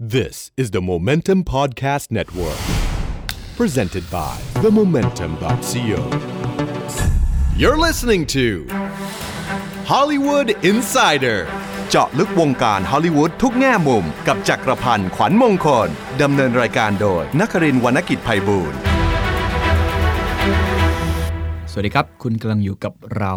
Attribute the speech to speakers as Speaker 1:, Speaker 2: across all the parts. Speaker 1: This is the Momentum Podcast Network, presented by themomentum.co. You're listening to Hollywood Insider เจาะลึกวงการฮอลลีวูดทุกแง่มุม กับจักรพันธ์ขวัญมงคล ดำเนินรายการโดยนักรินทร์วรรณกิจไพบูลย์
Speaker 2: สวัสดีครับ คุณกำลังอยู่กับเรา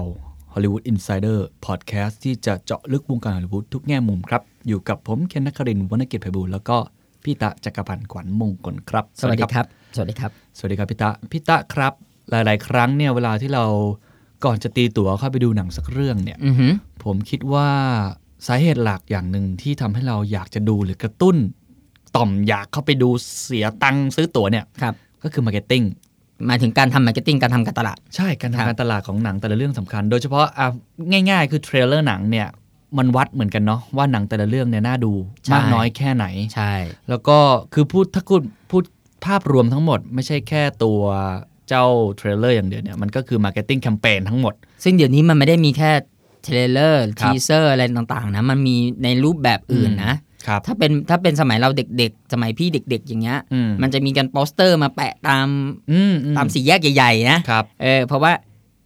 Speaker 2: Hollywood Insider Podcast ที่จะเจาะลึกวงการฮอลลีวูดทุกแง่มุมครับ อยู่กับผมเคนนักครินทร์วรรณกิจไพบูลย์แล้วก็พี่ตะจักรพันธ์ขวัญมงคลครับ
Speaker 3: สวัสดีครับ สวัสดีครับ
Speaker 2: สวัสดีครับพี่ตะพี่ตะครับ หลาย ๆ ครั้งเนี่ยเวลาที่เราก่อนจะตีตั๋วเข้าไปดูหนังสักเรื่องเนี่ย
Speaker 3: อือหือ
Speaker 2: ผมคิดว่าสาเหตุหลักอย่างหนึ่งที่ทำให้เราอยากจะดูหรือกระตุ้น ต่อมอยากเข้าไปดูเสียตังค์ซื้อตั๋วเนี่ย
Speaker 3: ครับ
Speaker 2: ก็คือมาร์เก็ตติ้ง
Speaker 3: หมายถึงการทำมาร์เก็ตติ้ง การทำการตลาด
Speaker 2: ใช่การ
Speaker 3: ครั
Speaker 2: ทำ
Speaker 3: บ
Speaker 2: การตลาดของหนังแต่ละเรื่องสำคัญ โดยเฉพาะอ่ะง่ายๆ คือเทรลเลอร์หนังเนี่ย มันวัดเหมือนกันเนาะว่าหนังแต่ละเรื่องเนี่ยน่าดูมากน้อยแค่ไหน
Speaker 3: ใช่
Speaker 2: แล้วก็คือพูดถ้าคุณพูดภาพรวมทั้งหมด ไม่ใช่แค่ตัวเจ้าเทรลเลอร์อย่างเดียวเนี่ย มันก็คือมาร์เก็ตติ้งแคมเปญทั้งหมด
Speaker 3: ซึ่งเดี๋ยวนี้มันไม่ได้มีแค่เทรลเลอร์
Speaker 2: ครั
Speaker 3: ที
Speaker 2: บ
Speaker 3: เซอร์อะไรต่างๆนะ มันมีในรูปแบบอื่นนะ
Speaker 2: ครับ
Speaker 3: ถ้าเป็นถ้าเป็นสมัยเราเด็กๆ สมัยพี่เด็ก ๆ อย่างเงี้ย
Speaker 2: อืม
Speaker 3: มันจะมีการโปสเตอร์มาแปะตาม
Speaker 2: อืมอื
Speaker 3: ตามสี่แยกใหญ่ๆ นะ
Speaker 2: ครับ
Speaker 3: เออ เพราะว่า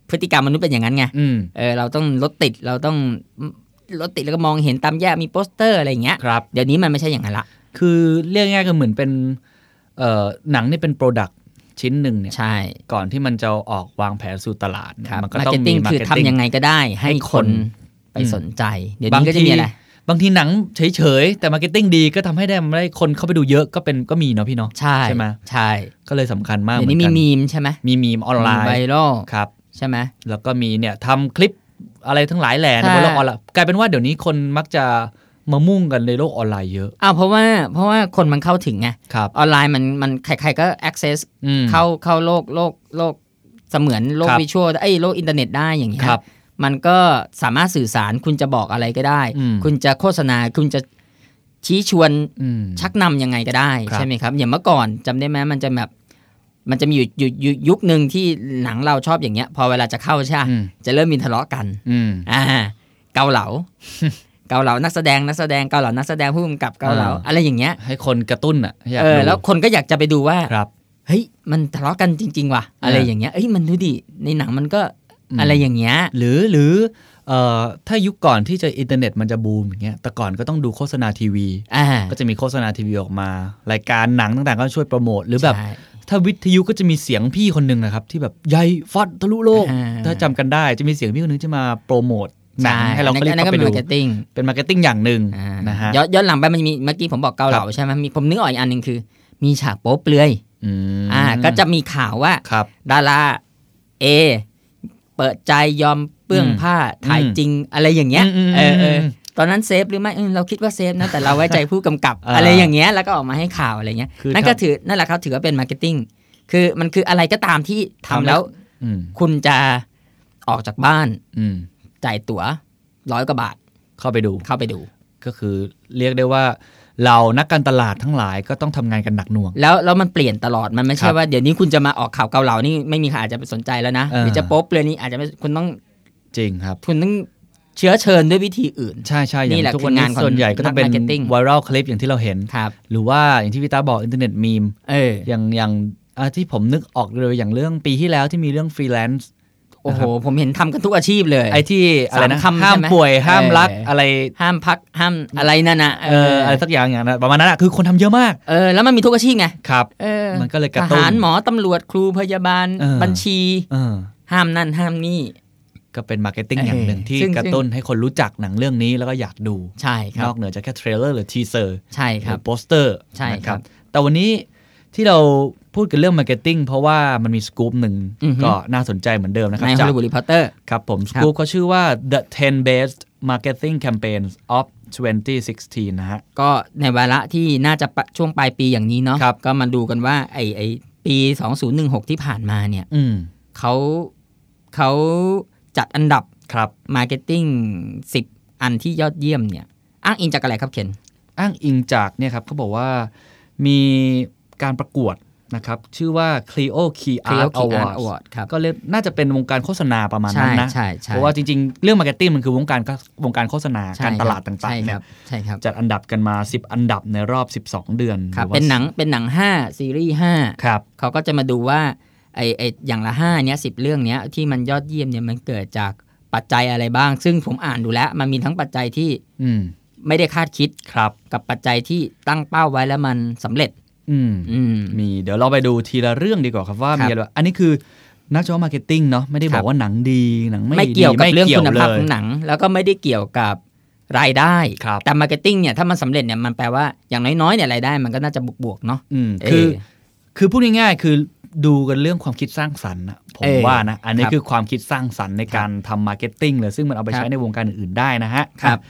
Speaker 3: พฤติกรรมมนุษย์เป็นอย่างนั้นไง
Speaker 2: อืม
Speaker 3: เออ เราต้องรถติด เราต้องรถติดแล้วก็มองเห็นตามแยกมีโปสเตอร์อะไรอย่างเงี้ย
Speaker 2: ครับ
Speaker 3: เดี๋ยวนี้มันไม่ใช่อย่างนั้นละ
Speaker 2: คือเรียกง่ายๆก็เหมือนเป็นเอ่อหนังนี่เป็นโปรดักชิ้นหนึ่งเนี่ย
Speaker 3: ใช่
Speaker 2: ก่อนที่มันจะออกวางแผนสู่ตลาดเนี่ย
Speaker 3: ครับ
Speaker 2: มันก็
Speaker 3: มาร์
Speaker 2: ต้องมี
Speaker 3: เก็ตติ้ง
Speaker 2: มา
Speaker 3: คื
Speaker 2: ร์
Speaker 3: อ
Speaker 2: เก็ต
Speaker 3: ทำ
Speaker 2: ติ้ง
Speaker 3: ยังไงก็ได้ให้คน
Speaker 2: ให้
Speaker 3: ไป
Speaker 2: อืม
Speaker 3: สนใจ เดี๋ยวนี้ก็จะมีอะไร
Speaker 2: บางทีหนังเฉยๆ แต่มาร์เก็ตติ้งดีก็ทำให้ได้มาได้คนเข้าไปดูเยอะก็เป็นก็มีเนาะพี่เนาะ
Speaker 3: ใช่
Speaker 2: ใช่ไหม
Speaker 3: ใช่
Speaker 2: ก็เลยสำคัญมาก
Speaker 3: เดี๋ยวนี้
Speaker 2: เห
Speaker 3: มี
Speaker 2: อนกัน
Speaker 3: มีมใช่ไหม
Speaker 2: มีมีมออนไล
Speaker 3: ไว
Speaker 2: น์
Speaker 3: รัล
Speaker 2: ครับ
Speaker 3: ใช่ไหม
Speaker 2: แล้วก็มีเนี่ยทำคลิปอะไรทั้งหลายแหล่ใน
Speaker 3: ใช่
Speaker 2: บนโลกออนไลน์กลายเป็นว่าเดี๋ยวนี้คนมักจะมามุ่งกันในโลกออนไลน์เยอะ
Speaker 3: อ้าวเพราะว่าเพราะว่าคนมันเข้าถึงไง
Speaker 2: ครับ
Speaker 3: ออนไลน์มันมันใครๆก็ access
Speaker 2: อืม
Speaker 3: เข้าเข้าโลกโลกโลกเสมือนโลก
Speaker 2: ครับ
Speaker 3: วิชวลไอ้ยโลกอินเทอร์เน็ตได้อย่างเงี้
Speaker 2: ค
Speaker 3: ย
Speaker 2: รับ
Speaker 3: มันก็สามารถสื่อสารคุณจะบอกอะไรก็ได้
Speaker 2: อืม
Speaker 3: คุณจะโฆษณาคุณจะชี้ชวน
Speaker 2: อืม
Speaker 3: ชักนำยังไงก็ได้
Speaker 2: ครับ
Speaker 3: ใช่ไหมครับอย่างเมื่อก่อนจำได้ไหมมันจะแบบมันจะมีอยู่อยู่อยู่ยุคหนึ่งที่หนังเราชอบอย่างเงี้ย พอเวลาจะเข้าใช่ไหม
Speaker 2: อืม
Speaker 3: จะเริ่มมีทะเลาะกัน
Speaker 2: อืม
Speaker 3: อ่าเกาเห ลา เกาเหลานักแสดงนักแสดงเกาเหลานักแสดงผู้กำกับเกาเหลา
Speaker 2: อ่า
Speaker 3: อะไรอย่างเงี้ย
Speaker 2: ให้คนกระตุ้นอ่ะให้อยาก
Speaker 3: เออ
Speaker 2: ดู
Speaker 3: แล้วคนก็อยากจะไปดูว่า
Speaker 2: ครับ
Speaker 3: เฮ้ยมันทะเลาะกันจริง ๆ ว่ะอะไร
Speaker 2: อ่า
Speaker 3: อย่างเงี้ยเอ้ยมันดูดิในหนังมันก็
Speaker 2: อืม
Speaker 3: อะไรอย่างเงี้ย
Speaker 2: หรือหรือเอ่อถ้ายุคก่อนที่จะอินเทอร์เน็ตมันจะบูมอย่างเงี้ยแต่ก่อนก็ต้องดูโฆษณาทีวี
Speaker 3: อ่า
Speaker 2: ก็จะมีโฆษณาทีวีออกมา รายการหนังต่างๆ ก็ช่วยโปรโมท หรือแบบ
Speaker 3: ใช่
Speaker 2: ถ้าวิทยุก็จะมีเสียงพี่คนหนึ่งนะครับ ที่แบบใหญ่ฟัดทะลุโลก
Speaker 3: อ่า
Speaker 2: ถ้าจำกันได้จะมีเสียงพี่คนหนึงที่มาโปรโมทหนัง
Speaker 3: ช่
Speaker 2: ให้เรา
Speaker 3: อั
Speaker 2: ก็
Speaker 3: น
Speaker 2: รีบ
Speaker 3: นั้นอันนั้นก็
Speaker 2: เข้า
Speaker 3: เป็
Speaker 2: ไป
Speaker 3: น
Speaker 2: ดู
Speaker 3: มาร์เก็ตติ้ง
Speaker 2: เป็นมาร์เก็ตติ้งอย่างหนึ่ง
Speaker 3: อ่า
Speaker 2: นะฮะ
Speaker 3: ย้อนย้อนหลังไปมันจะมีเมื่อกี้ผมบอกเกาเหลาใช่ไหมมีผมนึกออกอีกอันหนึ่งคือ มีฉากโป๊เปลือย
Speaker 2: อืม
Speaker 3: อ่า ก็จะมีข่าวว่า
Speaker 2: ครับ
Speaker 3: ดาราเอเปิดใจยอมเปื้อง
Speaker 2: อืม
Speaker 3: ผ้าถ่ายจริงอะไรอย่างเงี้ย
Speaker 2: อืมอืม
Speaker 3: เออเอออ
Speaker 2: ม
Speaker 3: ตอนนั้นเซฟหรือไม่อืมเราคิดว่าเซฟ นะแต่เราไว้ใจผู้กำกับ
Speaker 2: อ่า
Speaker 3: อะไรอย่างเงี้ยแล้วก็ออกมาให้ข่าวอะไรเงี้ย
Speaker 2: คือ
Speaker 3: นั่นก็
Speaker 2: ทำ
Speaker 3: ถือนั่นแหละครับถือว่าเป็นมาร์เก็ตติ้งคือมันคืออะไรก็ตามที่ทำแล้ว
Speaker 2: อืม
Speaker 3: คุณจะออกจากบ้าน
Speaker 2: อืม
Speaker 3: จ่ายตั๋วร้อยกว่าบาท
Speaker 2: เข้าไปดู
Speaker 3: เข้าไปดู
Speaker 2: ก็คือเรียกได้ว่าเรานักการตลาดทั้งหลายก็ต้องทำงานกันหนักหน่วง
Speaker 3: แล้วแล้วมันเปลี่ยนตลอดมันไม่
Speaker 2: ค
Speaker 3: ใช่
Speaker 2: รับ
Speaker 3: ว่าเดี๋ยวนี้คุณจะมาออกข่าวเกาเหลานี่ไม่มีใครอาจจะไปสนใจแล้วนะ
Speaker 2: เออ
Speaker 3: หรือจะโป๊เปลือยนี่อาจจะไม่คุณต้อง
Speaker 2: จริงครับ
Speaker 3: คุณต้องเชื้อเชิญด้วยวิธีอื่น
Speaker 2: ใช่ใช่อย่า
Speaker 3: นี่แห
Speaker 2: ง
Speaker 3: ละ
Speaker 2: ทุกวันนี้
Speaker 3: คืองานของ
Speaker 2: ส่วนใหญ่ก็ต้องเป็น
Speaker 3: นัก marketing
Speaker 2: ไวรัลคลิปอย่างที่เราเห็น
Speaker 3: ครับ
Speaker 2: หรือว่าอย่างที่พี่ตาบอกอินเทอร์เน็ตมีม
Speaker 3: เออ
Speaker 2: อย่างอย่างอ่ะที่ผมนึกออกเลยอย่างเรื่องปีที่แล้วที่มีเรื่องฟรีแลนซ์
Speaker 3: โอ้
Speaker 2: นะค
Speaker 3: โห
Speaker 2: รับ
Speaker 3: ผมเห็นทำกันทุกอาชีพเลย
Speaker 2: ไอ้ที่อะไรนะ
Speaker 3: สามคำ
Speaker 2: ห้าม
Speaker 3: ใช่ไหม
Speaker 2: ป่วยห้าม
Speaker 3: เออ
Speaker 2: รักอะไร
Speaker 3: ห้ามพักห้ามอะไรนั่นนะ
Speaker 2: เอออะไรสักอย่างอย่างนั้นประมาณนั้นอะคือคนทำเยอะมาก
Speaker 3: เออแล้วมันมีทุกอาชีพไง
Speaker 2: ครับ
Speaker 3: เออ
Speaker 2: มันก็เลยก
Speaker 3: ท
Speaker 2: ระตุ้น
Speaker 3: หารหมอตำรวจครูพยาบาล
Speaker 2: เออ
Speaker 3: บัญชี
Speaker 2: เออ
Speaker 3: ห้ามนั่นห้ามนี่
Speaker 2: ก็เป็นมาร์เก็ตติ้ง
Speaker 3: เออ
Speaker 2: อย่างหนึ่งที่
Speaker 3: ซึ่ง
Speaker 2: กระตุ้นให้คนรู้จักหนังเรื่องนี้แล้วก็อยากดู
Speaker 3: ใช่คน รั
Speaker 2: อบ กเหนือจากแค่เทรลเลอร์หรือทีเซอร์
Speaker 3: ใช่
Speaker 2: ห
Speaker 3: ค
Speaker 2: รื
Speaker 3: รั
Speaker 2: อบ โปสเตอร์
Speaker 3: ใช่
Speaker 2: นะครับ แต่วันนี้ที่เราพูดกันเรื่องมาร์เก็ตติ้งเพราะว่ามันมีสกู๊ปหนึ่ง
Speaker 3: อือฮึ
Speaker 2: ก็น่าสนใจเหมือนเดิมนะครับ
Speaker 3: ในฮ
Speaker 2: จา
Speaker 3: อก ลลีวูดรีพอร์เตอร์
Speaker 2: ครับผมส
Speaker 3: ครับ
Speaker 2: กู๊ปเขาชื่อว่า the 10 best marketing campaigns of 2016 นะฮะ
Speaker 3: ก็ในวาระที่น่าจะปะช่วงปลายปีอย่างนี้เนาะ
Speaker 2: ครับ
Speaker 3: ก็มาดูกันว่าไอ้ไอ้ปี 2016 ที่ผ่านมาเนี่ย
Speaker 2: อืม
Speaker 3: เขาเขาจัดอันดับ
Speaker 2: ครับ
Speaker 3: Marketing 10 อันที่ยอดเยี่ยมเนี่ย อ้างอิงจากอะไรครับเคน
Speaker 2: อ้างอิงจากเนี่ยครับเขาบอกว่ามีการประกวด นะครับ ชื่อว่า Clio Key
Speaker 3: Clio
Speaker 2: Art
Speaker 3: Key Art
Speaker 2: Awards
Speaker 3: Award ครับ
Speaker 2: ก็เรียกน่าจะเป็นวงการโฆษณาประมาณนั้นนะ
Speaker 3: ใช่ใช่ใช่
Speaker 2: เพราะว่าจริงๆ เรื่องมาร์เก็ตติ้งมันคือวงการก็วงการโฆษณา
Speaker 3: ใช่
Speaker 2: การตลาด
Speaker 3: คบ
Speaker 2: ต่าง
Speaker 3: ใช่
Speaker 2: ๆ
Speaker 3: ค
Speaker 2: เนี่
Speaker 3: รั
Speaker 2: ย
Speaker 3: บใช่ครับ
Speaker 2: จัดอันดับกันมา 10 อันดับในรอบ 12 เดือน
Speaker 3: ครับ
Speaker 2: รือว่า
Speaker 3: เป็นหนังเป็นหนัง 5 ซีรีส์ 5
Speaker 2: ครับ
Speaker 3: เขาก็จะมาดูว่าไอไออย่างละ5เนี้ยสิเรื่องเนี้ยที่มันยอดเยี่ยมเนี่ยมันเกิดจากปัจจัยอะไรบ้าง ซึ่งผมอ่านดูแล้ว มันมีทั้งปัจจัยที่
Speaker 2: อืม
Speaker 3: ไม่ได้คาดคิด
Speaker 2: ครับ
Speaker 3: กับปัจจัยที่ตั้งเป้าไว้แล้วมันสำเร็จ
Speaker 2: อืม
Speaker 3: อืม
Speaker 2: มีเดี๋ยวเราไปดูทีละเรื่องดีกว่าครับว่า
Speaker 3: ครับ
Speaker 2: มีอะไรบ้างอันนี้คือนักจอมาร์เก็ตติ้งเนาะไม่ได้บอ
Speaker 3: ครั
Speaker 2: ก
Speaker 3: บ
Speaker 2: ว่าหนังดีหนังไม่
Speaker 3: ไม่เกี่ยว
Speaker 2: ดี
Speaker 3: กับเรื่อง
Speaker 2: ไม่
Speaker 3: คุณภาพ
Speaker 2: เล
Speaker 3: ข
Speaker 2: ย
Speaker 3: องหนัง แล้วก็ไม่ได้เกี่ยวกับรายได้
Speaker 2: ครับ
Speaker 3: แต่มาร์เก็ตติ้งเนี่ยถ้ามันสำเร็จเนี่ยมันแปลว่าอย่างน้อยๆเนี่ยรายได้มันก็น่าจะบวกๆเนาะ
Speaker 2: อืม
Speaker 3: เออ
Speaker 2: คือ คือพูดง่ายๆคือดูกันเรื่องความคิดสร้างสรรค์นะผม
Speaker 3: เออ
Speaker 2: ว่านะ อันนี้
Speaker 3: ครับ
Speaker 2: คือความคิดสร้างสรรค์ในการทำมาร์เก็ตติ้งเลยซึ่งมันเอาไป
Speaker 3: ครับ
Speaker 2: ใช้ในวงการอื่นๆได้นะฮะ
Speaker 3: ครับ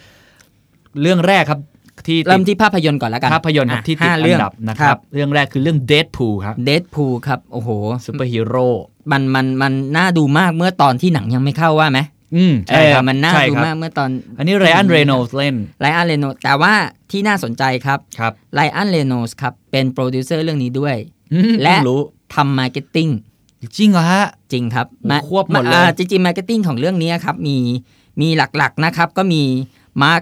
Speaker 2: เรื่องแรกครับที่ติด
Speaker 3: เริ่มที่ภาพยนตร์ก่อนแล้วกัน
Speaker 2: ภาพยนตร์ครับ
Speaker 3: อ่ะ
Speaker 2: ที่ติด
Speaker 3: ห้า
Speaker 2: อั
Speaker 3: เรื่อง
Speaker 2: นดับนะครับ เรื่องแรกคือเรื่องเดดพูครับ
Speaker 3: เดดพูครับโอ้โห
Speaker 2: ซูเปอร์ฮีโร่
Speaker 3: มันมันมันน่าดูมากเมื่อตอนที่หนังยังไม่เข้าว่าไหม
Speaker 2: อืม
Speaker 3: เอ
Speaker 2: ใช่
Speaker 3: อ
Speaker 2: ครับ
Speaker 3: มันน่า
Speaker 2: ใช่
Speaker 3: ดู
Speaker 2: ครับ
Speaker 3: มากเมื่อตอน
Speaker 2: อันนี้ไรอันเรโนเล่น
Speaker 3: ไรอันเรโนแต่ว่าที่น่าสนใจครับ
Speaker 2: ครับ
Speaker 3: ไรอันเรโนสครับเป็นโปรดิวเซอร์เรื่องนี้ด้วย
Speaker 2: อืม
Speaker 3: และ
Speaker 2: เพิ่งรู้
Speaker 3: ทำมาร์เก็ตติ้ง
Speaker 2: จริงเหรอฮะ
Speaker 3: จริงครับ
Speaker 2: โอ้โหควบหมดเลย
Speaker 3: าจริงๆมาร์เก็ตติ้งของเรื่องนี้ครับ มีมีหลักๆนะครับ ก็มีมาร์ค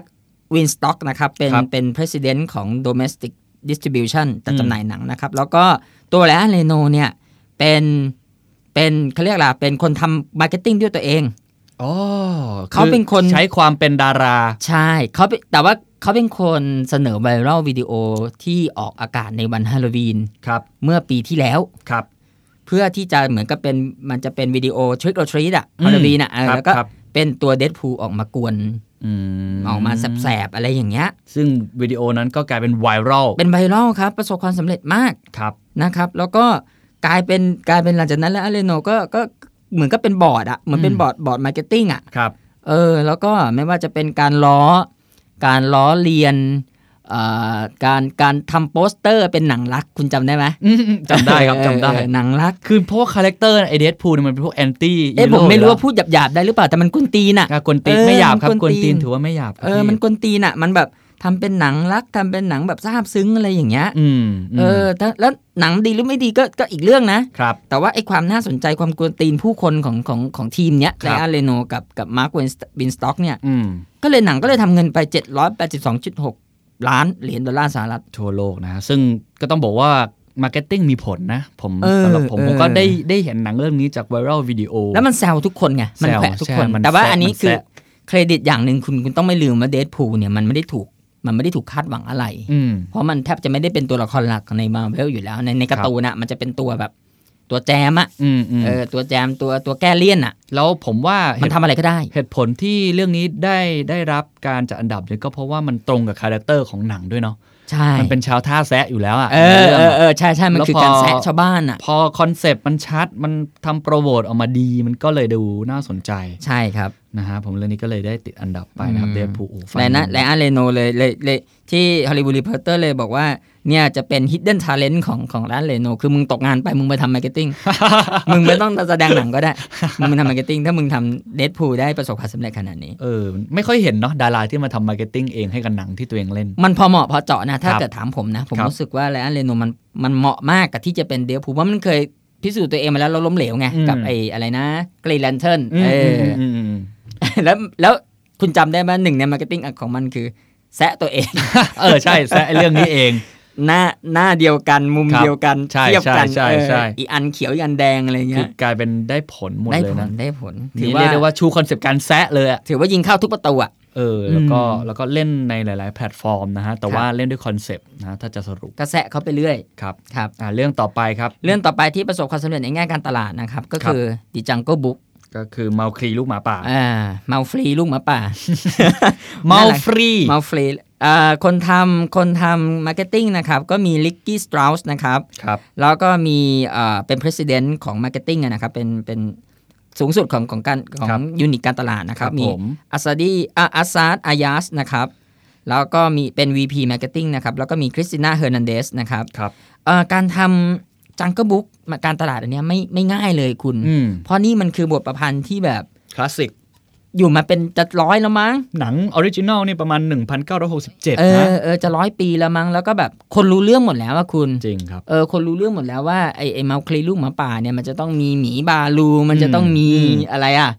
Speaker 3: วินสต็อกนะครับเป็น
Speaker 2: ครับ
Speaker 3: เป็น president ของ domestic distribution จัดจำหน่ายหนังนะครับ แล้วก็ตัวไรอันเรโนเนี่ยเป็นเป็นเขาเรียกอะไรเป็นคนทำมาร์เก็ตติ้งด้วยตัวเอง
Speaker 2: อ๋อ
Speaker 3: เขาเป็นคน
Speaker 2: ใช้ความเป็นดารา
Speaker 3: ใช่เขาเป็นแต่ว่าเขาเป็นคนเสนอไวรัลวิดีโอที่ออกอากาศในวันฮาโลวีน
Speaker 2: ครับ
Speaker 3: เมื่อปีที่แล้ว
Speaker 2: ครับ
Speaker 3: เพื่อที่จะเหมือนกับเป็นมันจะเป็นวิดีโอทริคโอทรีดอะ
Speaker 2: อืม
Speaker 3: ฮาโลวีนอะเอ
Speaker 2: ค
Speaker 3: อ
Speaker 2: รับ
Speaker 3: แล้วก็
Speaker 2: ครับ
Speaker 3: เป็นตัวเดดพูออกมากวน
Speaker 2: อืม
Speaker 3: ออกมาแสบๆอะไรอย่างเงี้ย
Speaker 2: ซึ่งวิดีโอนั้นก็กลายเป็นไวรัล
Speaker 3: เป็นไวรัลครับ ประสบความสำเร็จมาก
Speaker 2: ครับ
Speaker 3: นะครับ แล้วก็กลายเป็นกลายเป็นหลังจากนั้นแล้วอเลโนก็ก็เหมือนก็เป็นบอร์ดอะเหมือนเป็นบอร์ดบอร์ดมาร์เก็ตติ้งอะ
Speaker 2: ครับ
Speaker 3: เออแล้วก็ไม่ว่าจะเป็นการล้อ การล้อเลียนเอ่อการการทำโปสเตอร์เป็นหนังรักคุณจำได้ไหม
Speaker 2: จำได้ครับจำได้
Speaker 3: เออหนังรัก
Speaker 2: คือเพราะว่าคาแรคเตอร์ไอเดสพูมันเป็นพวกแอนตี้
Speaker 3: เอ๊ะผมไม่รู้ว่าพูดหยาบๆได้หรือเปล่าแต่มันกุนตีนอะ
Speaker 2: กวนตีน
Speaker 3: เออ
Speaker 2: ไม่หยาบครับ
Speaker 3: มันก
Speaker 2: ก
Speaker 3: วน
Speaker 2: วน
Speaker 3: ตี
Speaker 2: ตี
Speaker 3: น
Speaker 2: นถือว่าไม่หยาบครับ
Speaker 3: เออ
Speaker 2: พี่
Speaker 3: มันกุนตีนอะมันแบบทำเป็นหนังรักทำเป็นหนังแบบซาบซึ้งอะไรอย่างเงี้ย
Speaker 2: อืมม
Speaker 3: เออถ้าแล้วหนังดีหรือไม่ดีก็ก็อีกเรื่องนะ
Speaker 2: ครับ
Speaker 3: แต่ว่าไอ้ความน่าสนใจความกวนตีนผู้คนของของของทีมเนี้ย
Speaker 2: ค
Speaker 3: ไร
Speaker 2: รับ
Speaker 3: อันเรโนกับกับมาร์ควินสต็อกเนี่ย
Speaker 2: อืม
Speaker 3: ก็เลยหนังก็เลยทำเงินไป 782.6 ล้านเหรียญดอลลาร์สหรัฐ
Speaker 2: ทั่วโลกนะฮะซึ่งก็ต้องบอกว่ามาร์เก็ตติ้งมีผลนะ ผม
Speaker 3: เออ
Speaker 2: สำหรับผม
Speaker 3: เออ
Speaker 2: ผมก็ได้ได้เห็นหนังเรื่องนี้จากไวรัลวิดีโอ
Speaker 3: แล้วมันแซวทุกคนไง มัน
Speaker 2: แซว
Speaker 3: แขวะทุกคน
Speaker 2: ใช่มัน
Speaker 3: แต่ว่า
Speaker 2: แซะ
Speaker 3: อันนี้
Speaker 2: มันแซะ
Speaker 3: คือเครดิตอย่างหนึ่งคุณคุณต้องไม่ลืมว่าเดดพูเนี่ยมันไม่ได้ถูกมันไม่ได้ถูกคาดหวังอะไร
Speaker 2: อืม
Speaker 3: เพราะมันแทบจะไม่ได้เป็นตัวละครหลักในมาเวลอยู่แล้ว ในในการ์ตูนน่ะมันจะเป็นตัวแบบตัวแจมอะ
Speaker 2: อืมอืม
Speaker 3: เออตัวแจมตัวตัวแก้เลี่ยนอะ
Speaker 2: แล้วผมว่าเห
Speaker 3: มัน
Speaker 2: ตุ
Speaker 3: ทำอะไรก็ได้
Speaker 2: เหตุผลที่เรื่องนี้ได้ได้รับการจัดอันดับเนี่ยก็เพราะว่ามันตรงกับคาแรคเตอร์ของหนังด้วยเนาะ
Speaker 3: ใช่
Speaker 2: มันเป็นชาวท่าแซะอยู่แล้วอะ
Speaker 3: เออ
Speaker 2: ใน
Speaker 3: เอ
Speaker 2: รื่ง
Speaker 3: อ
Speaker 2: อะ
Speaker 3: เออใช่ใช่มัน
Speaker 2: แล้ว
Speaker 3: คือ
Speaker 2: พอ
Speaker 3: การแซะชาวบ้านอะ
Speaker 2: พอคอนเซปต์มันชัด มันทำโปรโมทออกมาดี มันก็เลยดูน่าสนใจ
Speaker 3: ใช่ครับ
Speaker 2: นะฮะ ผมเรื่องนี้ก็เลยได้ติดอันดับไปนะครับ
Speaker 3: อืม
Speaker 2: เดฟพูโอฟั
Speaker 3: ไรนะไรอันเรโนเลยเลยเลยที่ฮอลลีวูดรีพอร์เตอร์เลยบอกว่าเนี่ยจะเป็น hidden talent ของของร้านเรโนคือมึงตกงานไปมึงไปทำมาร์เก็ต ติ้ง มึงไม่ต้องแสดงหนังก็ได้ มึงไปทำมาร์เก็ตติ้งถ้ามึงทำเด p พูได้ประสบความสำเร็จขนาดนี้
Speaker 2: เออ ไม่ค่อยเห็นเนาะดาราที่มาทำมาร์เก็ตติ้งเองให้กับหนังที่ตัวเองเล่น
Speaker 3: มันพอเหมาะพอเจาะนะ ถ้า
Speaker 2: ครับ
Speaker 3: เกิดถามผมนะ ผม
Speaker 2: ครับ
Speaker 3: รู้สึกว่าไรอันเรโนมันมันเหมาะมากกับที่จะเป็นเด p พูเพราะมันเคยพิสูจน์ตัวเองมาแล้วเราล้มเหลวไง
Speaker 2: อืม
Speaker 3: กับไอ้อะไรนะกรีแลนเทน
Speaker 2: ม
Speaker 3: เออ
Speaker 2: มอืมอืม
Speaker 3: แล้วแล้วคุณจำได้ไหมหนึ่งในมาร์เก็ตติ้งของมันคือแซะตัวเอง
Speaker 2: เอ อ ใช่แซะไอ้เรื่องนี้เอง
Speaker 3: หน้าหน้าเดียวกันมุม
Speaker 2: ครับ
Speaker 3: เดียวกัน
Speaker 2: ใช่
Speaker 3: เทียบกั
Speaker 2: ใช่
Speaker 3: เออ
Speaker 2: ใช่
Speaker 3: อีกอันเขียวอีกอันแดงอะไร
Speaker 2: คือ
Speaker 3: เงี้
Speaker 2: ย กลายเป็นได้ผลหมด
Speaker 3: ได้
Speaker 2: เลย
Speaker 3: ผล
Speaker 2: นะ
Speaker 3: ได้ผล
Speaker 2: นี่เรียกได้ว่าชูคอนเซปต์การแซะเลยอะ
Speaker 3: ถือว่ายิงเข้าทุกประตูอ่ะ
Speaker 2: เออ แล้วก็
Speaker 3: อืม
Speaker 2: แล้วก็เล่นในหลาย ๆ แพลตฟอร์มนะฮะ แต่
Speaker 3: ครับ
Speaker 2: ว่าเล่นด้วยคอนเซปต์นะ ถ้าจะสรุป
Speaker 3: กระแสะเขาไปเรื่อย
Speaker 2: ครับ
Speaker 3: ครับ
Speaker 2: อ่าเรื่องต่อไปครับ
Speaker 3: เรื่องต่อไปที่ประสบความสำเร็จในแง่การตลาดนะครับ ก็
Speaker 2: ครับ
Speaker 3: คือดิจัง g ก e b บุ๊ก
Speaker 2: ก็คือเมาคลีลูกหมาป่า
Speaker 3: อ่าเมาฟรีลูกหมาป่า
Speaker 2: เมาฟรี
Speaker 3: เมาฟรีอ่าคนทำคนทำมาร์เก็ตติ้งนะครับ ก็มีลิกกี้สตร u สนะครับ
Speaker 2: ครับ
Speaker 3: แล้วก็มีเอ่อเป็น president ของ marketing อะนะครับเป็นเป็นสูงสุดของของการขอ
Speaker 2: ครั
Speaker 3: ง
Speaker 2: บ
Speaker 3: ยูนิตการตลาดนะครั
Speaker 2: ค
Speaker 3: บ
Speaker 2: รับ
Speaker 3: มี
Speaker 2: ผม
Speaker 3: อัสซาดีอ่ะอัสซาดอายาสนะครับ แล้วก็มีเป็น VP marketing นะครับ แล้วก็มีคริสติน่าเฮอร์นันเดสนะครับ
Speaker 2: ครับ
Speaker 3: เอ่อการทำจังก็บุ๊กการตลาดอันเนี้ยไม่ไม่ง่ายเลยคุณ
Speaker 2: อืม
Speaker 3: เพราะนี่มันคือบทประพันธ์ที่แบบ
Speaker 2: คลาสสิก
Speaker 3: อยู่มาเป็นจะร้อยแล้วมั้ง
Speaker 2: หนังออริจินัลนี่ประมาณ
Speaker 3: เอ
Speaker 2: 1967 นะ
Speaker 3: อเออจะร้อยปีแล้วมั้งแล้วก็แบบคนรู้เรื่องหมดแล้วว่าคุณ
Speaker 2: จริงครับ
Speaker 3: เออคนรู้เรื่องหมดแล้วว่าไอไอเมาคลีลูกหมาป่าเนี่ยมันจะต้องมีหมีบาลูมันจะต้องมี
Speaker 2: อืม
Speaker 3: อะไรอ่ะ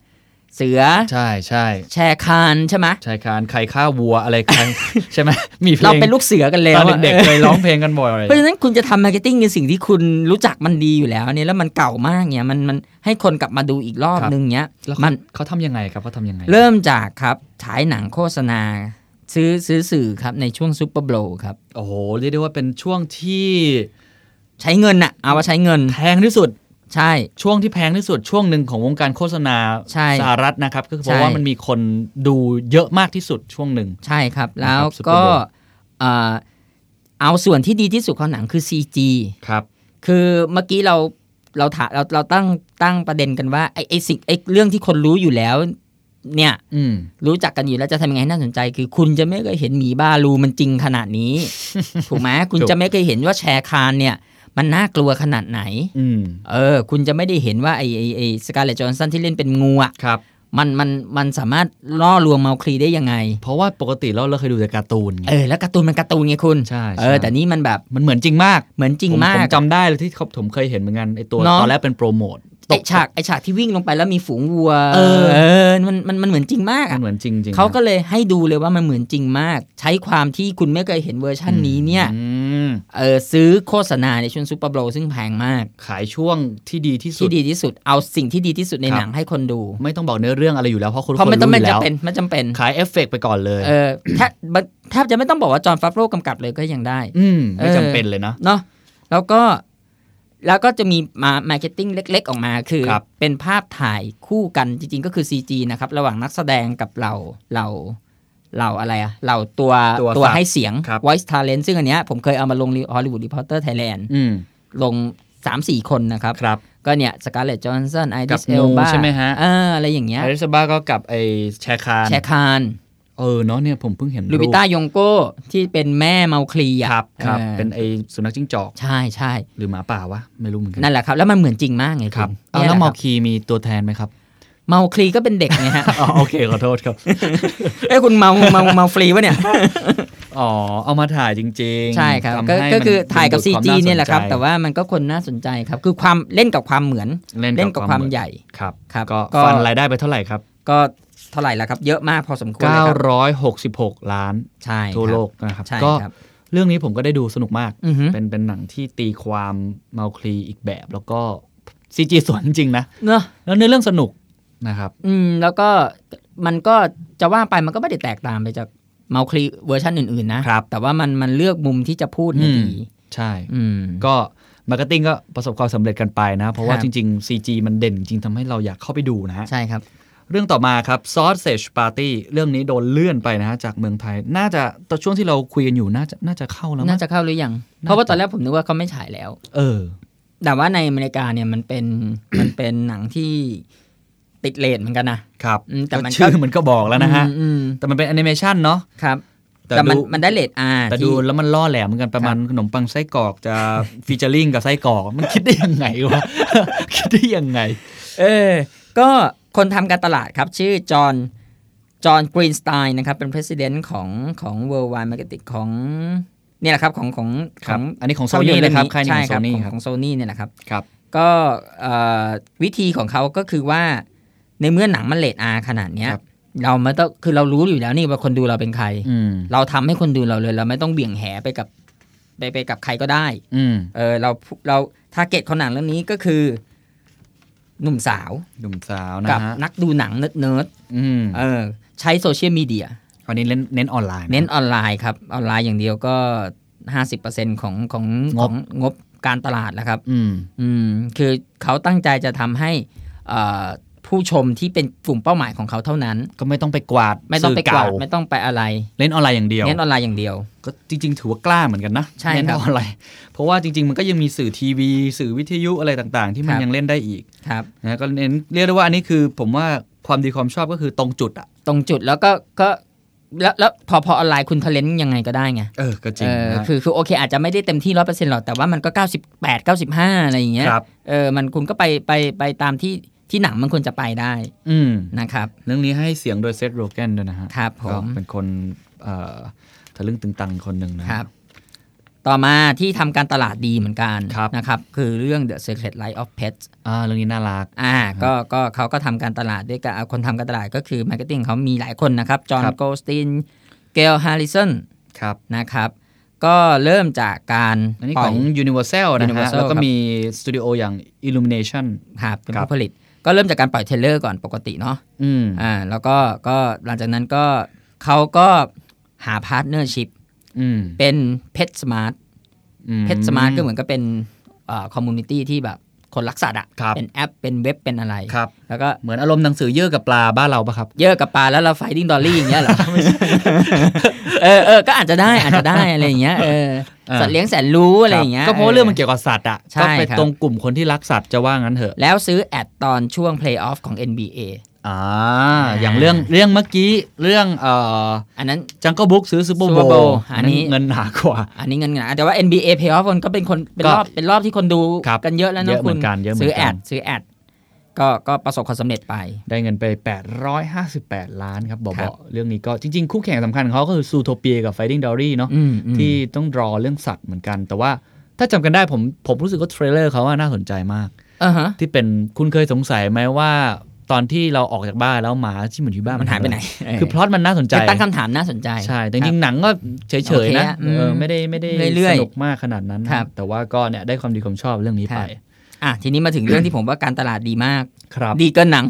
Speaker 3: เสือ
Speaker 2: ใช่ใช่
Speaker 3: แชร์คานใช่ไหม
Speaker 2: ชายคานใครฆ่าวัวอะไร ใคร ใช่ไหมมีเพลง
Speaker 3: เราเป็นลูกเสือกันแล้ว
Speaker 2: ตอน
Speaker 3: อะ
Speaker 2: เด็กๆเคยร้องเพลงกันบ่อยอะไร
Speaker 3: เพราะฉะนั้นคุณจะทำมาร์เก็ตติ้งในสิ่งที่คุณรู้จักมันดีอยู่แล้วเนี่ยแล้วมันเก่ามากเนี่ยมันมันให้คนกลับมาดูอีกรอบนึงเนี่ย
Speaker 2: แล้ว
Speaker 3: มั
Speaker 2: เขา
Speaker 3: น
Speaker 2: เขาทำยังไงครับเขาทำยังไง
Speaker 3: เริ่มจากครับฉายหนังโฆษณา ซื้อซื้อสื่อครับในช่วงซูเปอร์โบว์ครับ
Speaker 2: โอ้โหเรียกได้ว่าเป็นช่วงที่
Speaker 3: ใช้เงินน่ะเอาว่าใช้เงิน
Speaker 2: แพงที่สุด
Speaker 3: ใช่
Speaker 2: ช่วงที่แพงที่สุดช่วงหนึ่งของวงการโฆษณา
Speaker 3: ใช่
Speaker 2: สหรัฐนะครับ ก็คือเพ
Speaker 3: ใช่
Speaker 2: ราะว่ามันมีคนดูเยอะมากที่สุดช่วงหนึ่ง
Speaker 3: ใช่ครับ แล้ว
Speaker 2: นะครับ Super
Speaker 3: ก็
Speaker 2: Bowl
Speaker 3: เอ่อเอาส่วนที่ดีที่สุดของหนังคือ CG
Speaker 2: ครับ
Speaker 3: คือเมื่อกี้เราเราถาเราเราตั้งตั้งประเด็นกันว่าไอ้ไอ้สิ่งไอ้เรื่องที่คนรู้อยู่แล้ว เนี่ย
Speaker 2: อืม
Speaker 3: รู้จักกันอยู่แล้วจะทำยังไงให้น่าสนใจ คือคุณจะไม่เคยเห็นหมีบาลูมันจริงขนาดนี้ ถูกไหมคุณ
Speaker 2: ถูก
Speaker 3: จะไม่เคยเห็นว่าแชร์คานเนี่ย มันน่ากลัวขนาดไหน
Speaker 2: อืม
Speaker 3: เออ คุณจะไม่ได้เห็นว่าไอ้ไอ้ไอ้สกาเลตจอห์นสันที่เล่นเป็นงูอ่ะ
Speaker 2: ครับ
Speaker 3: มันมันมันสามารถล่อลวงเมาคลีได้ยังไง
Speaker 2: เพราะว่าปกติเราเราเคยดูแต่การ์ตูนไง
Speaker 3: เออ แล้วการ์ตูนมันการ์ตูนไงคุณ
Speaker 2: ใช่ใช่
Speaker 3: เออ แต่นี่มันแบบ
Speaker 2: มันเหมือนจริงมาก
Speaker 3: เหมือนจริง
Speaker 2: ผ
Speaker 3: มา
Speaker 2: ผ
Speaker 3: ก
Speaker 2: จำได้เลยที่เขาผมเคยเห็นเหมือนกันไอตัว
Speaker 3: เนอะ
Speaker 2: ตอนแรกเป็นโปรโมท
Speaker 3: ไอฉากไอฉากที่วิ่งลงไปแล้วมีฝูงวัว
Speaker 2: เออ
Speaker 3: อมันมันมันเหมือนจริงมาก
Speaker 2: มั
Speaker 3: อะ
Speaker 2: นเหมือนจริงจริง
Speaker 3: เขาก็เลยให้ดูเลยว่ามันเหมือนจริงมาก ใช้ความที่คุณไม่เคยเห็นเวอร์ชันนี้เนี่ย
Speaker 2: อืม
Speaker 3: เออซื้อโฆษณาในช่วงซูเปอร์โบว์ซึ่งแพงมาก
Speaker 2: ขายช่วงที่ดีที่สุ
Speaker 3: ที่
Speaker 2: ด
Speaker 3: ดีที่สุดเอาสิ่งที่ดีที่สุดใน
Speaker 2: ครับ
Speaker 3: หนังให้คนดู
Speaker 2: ไม่ต้องบอกเนื้อเรื่องอะไรอยู่แล้วเพราะคน
Speaker 3: เพราะ
Speaker 2: คน
Speaker 3: ไม่ต้อง
Speaker 2: รู้อ
Speaker 3: ไม่
Speaker 2: ยู่แล้ว
Speaker 3: จำเป็นไม่จำเป็น
Speaker 2: ขายเอฟเฟกต์ไปก่อนเลย
Speaker 3: เออแทบแทบจะไม่ต้องบอกว่าจอห์นฟาโร่กำกับเลยก็ยังได้
Speaker 2: ืมไม่
Speaker 3: เออ
Speaker 2: จำเป็นเลยนะ
Speaker 3: เนาะแล้วก็แล้วก็จะมีมามาร์เก็ตติ้งเล็ก ๆ ออกมาคือ
Speaker 2: ครับ
Speaker 3: เป็นภาพถ่ายคู่กันจริง ๆ ก็คือ CG นะครับ ระหว่างนักแสดงกับเราเราเราอะไรอะเราตัว
Speaker 2: ตัวสับ
Speaker 3: ให้เสียง
Speaker 2: ครับ
Speaker 3: voice talent ซึ่งอันเนี้ยผมเคยเอามาลง Hollywood Reporter Thailand
Speaker 2: อืม
Speaker 3: ลง 3-4 คนนะครับ
Speaker 2: ครับ
Speaker 3: ก็เนี่ยสกาเลตจอห์นสันไอ
Speaker 2: กั
Speaker 3: ริ
Speaker 2: บ
Speaker 3: สเอล
Speaker 2: งู
Speaker 3: บา
Speaker 2: ใช่ไหมฮะ
Speaker 3: เอออะไรอย่างเงี้ย
Speaker 2: อริสบาก็กับไอแชร์คาน
Speaker 3: แชร์คาน
Speaker 2: เออเนาะเนี่ยผมเพิ่งเห็น
Speaker 3: ลูบิต้ายงโก้ที่เป็นแม่เมาคลี
Speaker 2: รูป
Speaker 3: อะ
Speaker 2: ครับครับ
Speaker 3: ออ
Speaker 2: เป็นไอสุนัขจิ้งจอก
Speaker 3: ใช่ใช่
Speaker 2: หรือหมาป่าวะ ไม่รู้เหมือนกัน
Speaker 3: นั่นแหละครับ แล้วมันเหมือนจริงมากไง
Speaker 2: ครับ
Speaker 3: ณ
Speaker 2: เอา
Speaker 3: นี่ย
Speaker 2: แล้ว
Speaker 3: หะ
Speaker 2: เมา
Speaker 3: ครับ
Speaker 2: คีมีตัวแทนไหมครับ
Speaker 3: เมาคลีก็เป็นเด็กไงฮะ
Speaker 2: อ๋อโอเค ขอโทษครับ
Speaker 3: เอ้ยคุณเมาเมาเมาฟรีปะเนี่ย
Speaker 2: อ๋อ เอามาถ่ายจริงๆ
Speaker 3: ใช่ครับ
Speaker 2: ทำ
Speaker 3: ก็
Speaker 2: ให้
Speaker 3: ก็
Speaker 2: มัน
Speaker 3: คือถ่ายกับ
Speaker 2: ดึง
Speaker 3: CG
Speaker 2: ดูดวาม
Speaker 3: เนี่ยแหละครับ
Speaker 2: สใจ
Speaker 3: แต่ว่ามันก็คนน่าสนใจครับ คือความเล่นกับความเหมือน
Speaker 2: เล่น
Speaker 3: เล่นกับความ
Speaker 2: เหอน
Speaker 3: ใหญ่
Speaker 2: ครับ
Speaker 3: ครับ
Speaker 2: ก็
Speaker 3: ก็
Speaker 2: ฟันรายได้ไปเท่าไหร่ครับ
Speaker 3: ก็เท่าไหร่ละครับ เยอะมากพอสมควรเลยครับ
Speaker 2: 966 ล้าน
Speaker 3: ใช่ครับ
Speaker 2: ทั่วโลกนะครับ
Speaker 3: ใช่
Speaker 2: ก็
Speaker 3: ครับ
Speaker 2: เรื่องนี้ผมก็ได้ดูสนุกมาก
Speaker 3: อือฮึ
Speaker 2: เป็นเป็นหนังที่ตีความเมาคลีอีกแบบแล้วก็ซีจีสวนจริงๆนะ
Speaker 3: เนอะ
Speaker 2: แล้วเนื้อเรื่องสนุกนะครับ
Speaker 3: อืมแล้วก็มันก็จะว่าไปมันก็ไม่ได้แตกตามไปจากเมาคลีเวอร์ชันอื่นๆนะครับแต่ว่ามันมันเลือกมุมที่จะพูดเนี่ย
Speaker 2: อืม
Speaker 3: ดี
Speaker 2: ใช่
Speaker 3: อืม
Speaker 2: ก็มาร์เก็ตติ้งก็ประสบความสำเร็จกันไปนะ เพราะว่า
Speaker 3: ครับ
Speaker 2: จริง ๆ CG มันเด่นจริงทำให้เราอยากเข้าไปดูนะฮะ
Speaker 3: ใช่ครับ
Speaker 2: เรื่องต่อมาครับ Sausage Party เรื่องนี้โดนเลื่อนไปนะฮะ จากเมืองไทย น่าจะตอนช่วงที่เราคุยกันอยู่น่าจะน่าจะเข้าแล้วมั้
Speaker 3: น่าง จะเข้าหรือยัง
Speaker 2: น่าจะ
Speaker 3: เพราะว่าตอนแรกผมนึกว่าเขาไม่ฉายแล้ว
Speaker 2: เออ
Speaker 3: แต่ว่าในอเมริกาเนี่ยมันเป็น มันเป็นหนังที่ติดเลทเหมือนกันนะ
Speaker 2: ครับ
Speaker 3: อืมแต่มันก็
Speaker 2: ชื่อ มันก็บอกแล้วนะฮะ
Speaker 3: อืมอืม
Speaker 2: แต่มันเป็นแอนิเมชันเนาะ
Speaker 3: ครับ
Speaker 2: แต่
Speaker 3: แต่มัน
Speaker 2: ดู
Speaker 3: มันได้เลทอา
Speaker 2: แต่ดู
Speaker 3: ที่
Speaker 2: แล้วมันล่อแหลมเหมือนกันประมาณขนมปังไส้กรอกจะ ฟีเจอริงกับไส้กรอกมันคิดได้ยังไงวะ คิดได้ยังไง
Speaker 3: เออ ก็คนทำการตลาดครับ ชื่อจอห์น จอห์นกรีนสไตน์นะครับ เป็น president ของของ worldwide marketing ของเนี่ยแหละครับของของ
Speaker 2: ค
Speaker 3: ข
Speaker 2: รับ
Speaker 3: อง
Speaker 2: อันนี้ของ Sony เลยครับค่ายนี้ข
Speaker 3: ใช่
Speaker 2: อง Sony
Speaker 3: ของ
Speaker 2: ครับ
Speaker 3: ของโซนี่เนี่ยแหละครับ
Speaker 2: ครับ
Speaker 3: ก็เอ่อวิธีของเขาก็คือว่า ในเมื่อหนังมันเลทอาขนาดเนี้ย
Speaker 2: ครับ
Speaker 3: เราไม่ต้องคือเรารู้อยู่แล้วนี่ว่าคนดูเราเป็นใคร
Speaker 2: อืม
Speaker 3: เราทำให้คนดูเราเลย เราไม่ต้องเบี่ยงแหไปกับไปไปกับใครก็ได้
Speaker 2: อืม
Speaker 3: เออเราเราทาร์เก็ตของหนังเรื่องนี้ก็คือ หนุ่มสาว
Speaker 2: หนุ่มสาวนะ
Speaker 3: กับ
Speaker 2: ฮะ
Speaker 3: นักดูหนังเนิร์ด
Speaker 2: อืม
Speaker 3: ๆเออใช้โซเชียลมีเดีย
Speaker 2: วันนี้เน้นเน้นออนไลน์ะ
Speaker 3: เน้นออนไลน์ครับ ออนไลน์อย่างเดียวก็ 50%ของของ
Speaker 2: งบ
Speaker 3: ของงบการตลาดแล้วครับ
Speaker 2: อืม
Speaker 3: อืมคือเขาตั้งใจจะทำให้เอ่อผู้ชมที่เป็นกลุ่มเป้าหมายของเขาเท่านั้น
Speaker 2: ก็ไม่ต้องไปกวาด
Speaker 3: ไม่ต้องไป
Speaker 2: สื่
Speaker 3: กวาด
Speaker 2: เ
Speaker 3: ไม่ต้องไปอะไร
Speaker 2: เล่นออนไลน์อย่างเดียว
Speaker 3: เน้นออนไลน์อย่างเดียว
Speaker 2: ก็จริง ๆ ถือว่ากล้าเหมือนกันนะ
Speaker 3: ใช่ครับ
Speaker 2: เน้นออนไลน์เพราะว่าจริง ๆ มันก็ยังมีสื่อทีวี สื่อวิทยุอะไรต่างๆ ที่มัน
Speaker 3: ครับ
Speaker 2: ยังเล่นได้อีก
Speaker 3: ครับ
Speaker 2: นะก็เน้นเรียกได้ว่าอันนี้คือผมว่าความดีความชอบก็คือตรงจุดอ่ะ
Speaker 3: ตรงจุดแล้วก็ก็แล้วแล้วพอพอออนไลน์คุณเทเลนยังไงก็ได้ไง
Speaker 2: เออก็จริง
Speaker 3: เออคือคือโอเค อาจจะไม่ได้เต็มที่ร้อยเปอร์เซ็นต์หรอกแต่ว่ามันก็เก้าสิบแปดเก้าสิบห้าอะไรอย่างเงี้ย
Speaker 2: ครับ
Speaker 3: เออมันคุณก็ไปไปไปตามที่ ที่หนังมันควรจะไปได้
Speaker 2: อืม
Speaker 3: นะครับ
Speaker 2: เรื่องนี้ให้เสียงโดยเซธโรแกนด้วยนะฮะ
Speaker 3: ครับผม
Speaker 2: ก็เป็นคนเอ่อทะลึ่งตึงตังคนหนึ่งนะ
Speaker 3: ครับ ต่อมาที่ทำการตลาดดีเหมือนกัน
Speaker 2: ครับ
Speaker 3: นะครับ คือเรื่อง The Secret Life of Pets
Speaker 2: อ่าเรื่องนี้น่ารัก
Speaker 3: อ่าก็ก็เขาก็ทำการตลาดด้วยกันอ่ะคนทำการตลาดก็คือ Marketing เขามีหลายคนนะครับ จอห์น
Speaker 2: ครับ
Speaker 3: โกลสติน เกลฮาริสัน
Speaker 2: ครับ
Speaker 3: นะครับ ก็เริ่มจากการ
Speaker 2: อันนี้
Speaker 3: ปล่
Speaker 2: ข
Speaker 3: ย
Speaker 2: อง Universal นะฮะ
Speaker 3: Universal
Speaker 2: แล้วก็
Speaker 3: ครับ
Speaker 2: มีสตูดิโออย่าง Illumination
Speaker 3: ครับเป็น
Speaker 2: ครับ
Speaker 3: ผู้ผลิต ก็เริ่มจากการปล่อยเทรลเลอร์ก่อนปกติเนาะ
Speaker 2: อืม
Speaker 3: อ่าแล้วก็ก็หลังจากนั้นก็เขาก็หาพาร์ทเนอร์ชิพ
Speaker 2: อืม
Speaker 3: เป็นเพชรสมาร์ท
Speaker 2: อื
Speaker 3: เพชรสมาร์ทก็เหมือนก็เป็นคอมมูนิตี้ที่แบบคนรักสัตว์อะ
Speaker 2: ครับ
Speaker 3: เป็นแอปเป็นเว็บเป็นอะไร
Speaker 2: ครับ
Speaker 3: แล้วก็
Speaker 2: เหมือนอารมณ์หนังสือเยอะกับปลาบ้านเราปะครับ
Speaker 3: เยอะกับปลาแล้วเราไฟดิ้งดอลลี่อย่าง เงี้ยเหรอ เออเออก็อาจจะได้อาจจะได้อะไรอย่างเงี้ยเออ
Speaker 2: อ่า
Speaker 3: สัตว์เลี้ยงแสนรู้อะไรอย่างเงี้ย
Speaker 2: ก็เพราะว่าเรื่องมันเกี่ยวกับสัตว์อ่ะ
Speaker 3: ใช่
Speaker 2: ก็ไป
Speaker 3: ครับ
Speaker 2: ตรงกลุ่มคนที่รักสัตว์จะว่างั้นเถอะ
Speaker 3: แล้วซื้อแอดตอนช่วงเพลย์ออฟของ NBA
Speaker 2: อ่าอย่างเรื่องเรื่องเมื่อกี้เรื่องเอ่อ
Speaker 3: อันนั้น
Speaker 2: จังก็บุ๊กซื้อซูเปอร์โบ
Speaker 3: Super
Speaker 2: ว์
Speaker 3: Bowl อันนี้
Speaker 2: เงินหนากว่า
Speaker 3: อันนี้เงินนะแต่ว่า NBA playoff มันก็เป็นคนเป็นรอบเป็นรอบที่คนดู
Speaker 2: ครับ
Speaker 3: กันเยอะแล้ว
Speaker 2: เย
Speaker 3: นะ
Speaker 2: อะเหมื
Speaker 3: คุ
Speaker 2: อ
Speaker 3: ณ
Speaker 2: นกันเยอะเหมือน
Speaker 3: ซื้อแอ
Speaker 2: กั
Speaker 3: ด
Speaker 2: น
Speaker 3: ซื้อแอดก็ก็ประสบความสำเร็จไป
Speaker 2: ได้เงินไป 858 ล้านครับบอ
Speaker 3: ครับ
Speaker 2: บเรื่องนี้ก็จริง ๆ คู่แข่งสำคัญของเขาก็คือซูโทเปียกับ Fighting Dory เนาะ
Speaker 3: อืมอืม
Speaker 2: ที่ต้องรอเรื่องสัตว์เหมือนกัน แต่ว่าถ้าจำกันได้ผมผมรู้สึกว่าเทรลเลอร์เขาว่าน่าสนใจมาก
Speaker 3: อ่าฮะ
Speaker 2: ที่เป็นคุณเคยสงสัยไหมว่า ตอนที่เราออกจากบ้านแล้วหมาที่เหมือนอยู่บ้าน
Speaker 3: มันหายไปไหน
Speaker 2: คือพล็อตมันน่าสนใจ
Speaker 3: คือตั้งคำถามน่าสนใจ
Speaker 2: ใช่แต่จริงๆหนังก็เฉ
Speaker 3: โอย เค
Speaker 2: ๆนะ
Speaker 3: อะอืม
Speaker 2: เออไม่ได้ไม่ได้
Speaker 3: เรื่อย
Speaker 2: ส
Speaker 3: ๆ
Speaker 2: นุกมากขนาดนั้นนะครับ แต่ว่าก็เนี่ยได้ความดีความชอบเรื่องนี้
Speaker 3: ค
Speaker 2: ไป
Speaker 3: รับ อ่ะทีนี้มาถึงเรื่องที่ผมว่าการตลาดดีมาก
Speaker 2: ครับ
Speaker 3: ดีเกิน หนัง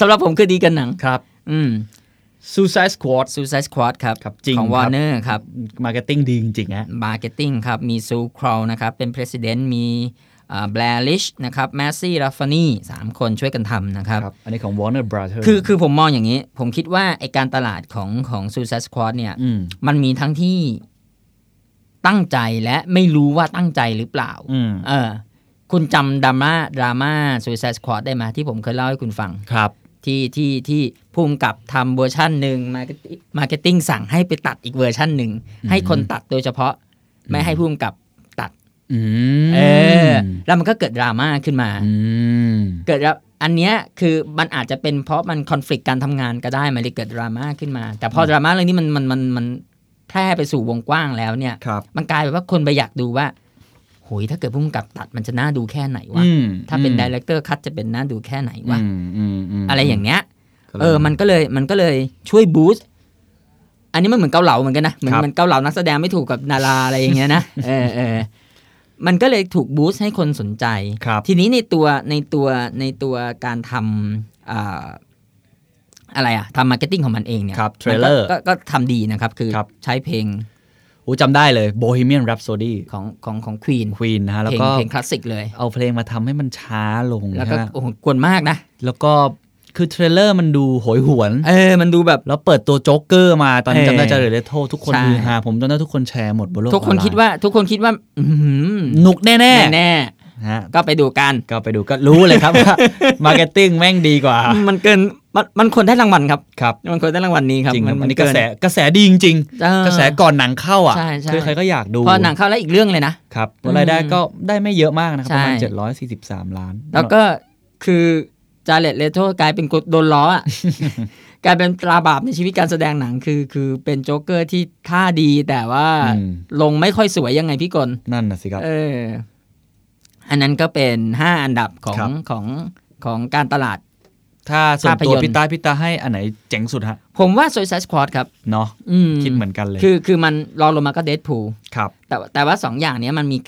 Speaker 3: สำหรับผมคือดีเกินหนัง
Speaker 2: ครับ
Speaker 3: อืม
Speaker 2: Suicide Squad
Speaker 3: Suicide Squad ครับ
Speaker 2: ครับจริง
Speaker 3: ของ
Speaker 2: ครับ
Speaker 3: Warner ครับ
Speaker 2: มาร์เก็ตติ้งดีจริงๆฮะ
Speaker 3: Marketing ครับ มีซูครอลนะครับ เป็น President มีแบลลิชนะครับแมสซี่ราฟานี่สามคนช่วยกันทำนะครับ
Speaker 2: ครับ อันนี้ของ Warner Brothers
Speaker 3: คือคือผมมองอย่างนี้ ผมคิดว่าไอการตลาดของของ Suicide Squad เนี่ย
Speaker 2: ม
Speaker 3: มันมีทั้งที่ตั้งใจและไม่รู้ว่าตั้งใจหรือเปล่า
Speaker 2: อืม
Speaker 3: เออ คุณจำดราม่าดราม่า Suicide Squad ได้ไหมที่ผมเคยเล่าให้คุณฟัง
Speaker 2: ครับ
Speaker 3: ที่ที่ที่ภูมิกับทำเวอร์ชันหนึ่งมาร์เก็ตติ้งสั่งให้ไปตัดอีกเวอร์ชันหนึ่ง ให้คนตัดโดยเฉพาะ ไม่ให้ภูมิกับตัด
Speaker 2: อืม
Speaker 3: เออ แล้วมันก็เกิดดราม่าขึ้นมา
Speaker 2: อืม
Speaker 3: เกิดแล้วอันเนี้ยคือมันอาจจะเป็นเพราะมันคอนฟ lict การทำงานก็ได้มันเลยเกิดดราม่าขึ้นมา แต่พออดราม่าเรื่องนี้มันมันมันมันแพร่ไปสู่วงกว้างแล้วเนี่ย
Speaker 2: ครับ
Speaker 3: มันกลายเป็นว่าคนไปอยากดูว่าโหยถ้าเกิดพุ่มกับตัดมันจะน่าดูแค่ไหนวะ ถ้าเป็นดีเลกเตอร์คัตจะเป็นน่าดูแค่ไหนวะ อะไรอย่างเงี้ย เออ มันก็เลยมันก็เลยช่วยบูสต์อันนี้มันเหมือนเกาเหลาเหมือนกันนะ เหมือน
Speaker 2: ครับ
Speaker 3: มันเกาเหลานักแสดงไม่ถูกกับดาราอะไรอย่างเงี้ยนะ เออเออมันก็เลยถูกบูสต์ให้คนสนใจ
Speaker 2: ครับ
Speaker 3: ทีนี้ในตัวในตัวในตัวการทำอ่าอะไรอะทำมาร์เก็ตติ้งของมันเองเนี่ย
Speaker 2: ครับ
Speaker 3: มันก็
Speaker 2: trailer
Speaker 3: ก็ก็ทำดีนะครับ คือ
Speaker 2: ครับ
Speaker 3: ใช้เพลง
Speaker 2: โอ้จำได้เลย Bohemian Rhapsody
Speaker 3: ของของของควีน
Speaker 2: Queen นะฮะ แล้ว
Speaker 3: เพลง
Speaker 2: ก็
Speaker 3: เพลงคลาสสิกเลย
Speaker 2: เอาเพลงมาทำให้มันช้าลง
Speaker 3: แล้วก็
Speaker 2: ใช่ไหม
Speaker 3: โอ้โหกวนมากนะ
Speaker 2: แล้วก็คือเทรลเลอร์มันดูโหยหวน
Speaker 3: เออ มันดูแบบ
Speaker 2: แล้วเปิดตัวโจ๊กเกอร์มาตอนนี้
Speaker 3: เออ
Speaker 2: จำได้จะเลยเลโททุกคน
Speaker 3: ใช่
Speaker 2: ฮือฮาผมจำได้ทุกคนแชร์หมดบนโลก
Speaker 3: ทุกคน
Speaker 2: ออไล
Speaker 3: คิดว่า ทุกคนคิดว่า อื้อหือ
Speaker 2: หนุกแน่
Speaker 3: แน่
Speaker 2: ๆฮะ
Speaker 3: ๆก็ไปดูกัน
Speaker 2: ก็ไปดูก็รู้เลยครับ ว่ามาร์เก็ตติ้งแม่งดีกว่า
Speaker 3: มันเกินมันมันควรได้รางวัลครับ
Speaker 2: ครับ
Speaker 3: มันควรได้รางวัลนี้ครับ
Speaker 2: จริงครับ
Speaker 3: มั
Speaker 2: อันนี้ก
Speaker 3: เ
Speaker 2: ระแสกระแสดีจริง
Speaker 3: เออ
Speaker 2: ๆกระแสก่อนหนังเข้าอ่ะ
Speaker 3: ใช่ใช่
Speaker 2: คือใครก็อยากดู
Speaker 3: พอหนังเข้าแล้วอีกเรื่องเลยนะ
Speaker 2: ครับ
Speaker 3: อืม
Speaker 2: รายได้ก็ได้ไม่เยอะมากนะครับป
Speaker 3: ใช่
Speaker 2: ระมาณ 743 ล้าน
Speaker 3: แล้วก็คือจาเลตเลโทกลายเป็นกดโดนล้อ อะ กลายเป็นตราบาปในชีวิตการแสดงหนังคือ คือเป็นโจ๊กเกอร์ที่ท่าดีแต่ว่า
Speaker 2: อืม
Speaker 3: ลงไม่ค่อยสวยยังไงพี่กล
Speaker 2: นั่นนะสิครับ
Speaker 3: เออ อันนั้นก็เป็น 5 อันดับของ
Speaker 2: ค
Speaker 3: ข
Speaker 2: รับ
Speaker 3: องของของการตลาด
Speaker 2: ถ้าส่วน
Speaker 3: ภาพย
Speaker 2: ตัวน
Speaker 3: ตร์
Speaker 2: พิตาพิตาให้อันไหนเจ๋งสุดฮะ
Speaker 3: ผมว่า Suicide Squad ครับ
Speaker 2: เนาะ
Speaker 3: อืม
Speaker 2: คิดเหมือนกันเลย
Speaker 3: คือคือมันรองลงมาก็เด p พู l
Speaker 2: ครับ
Speaker 3: แต่ว่าแต่ว่าสองอย่างเนี้ยมันมี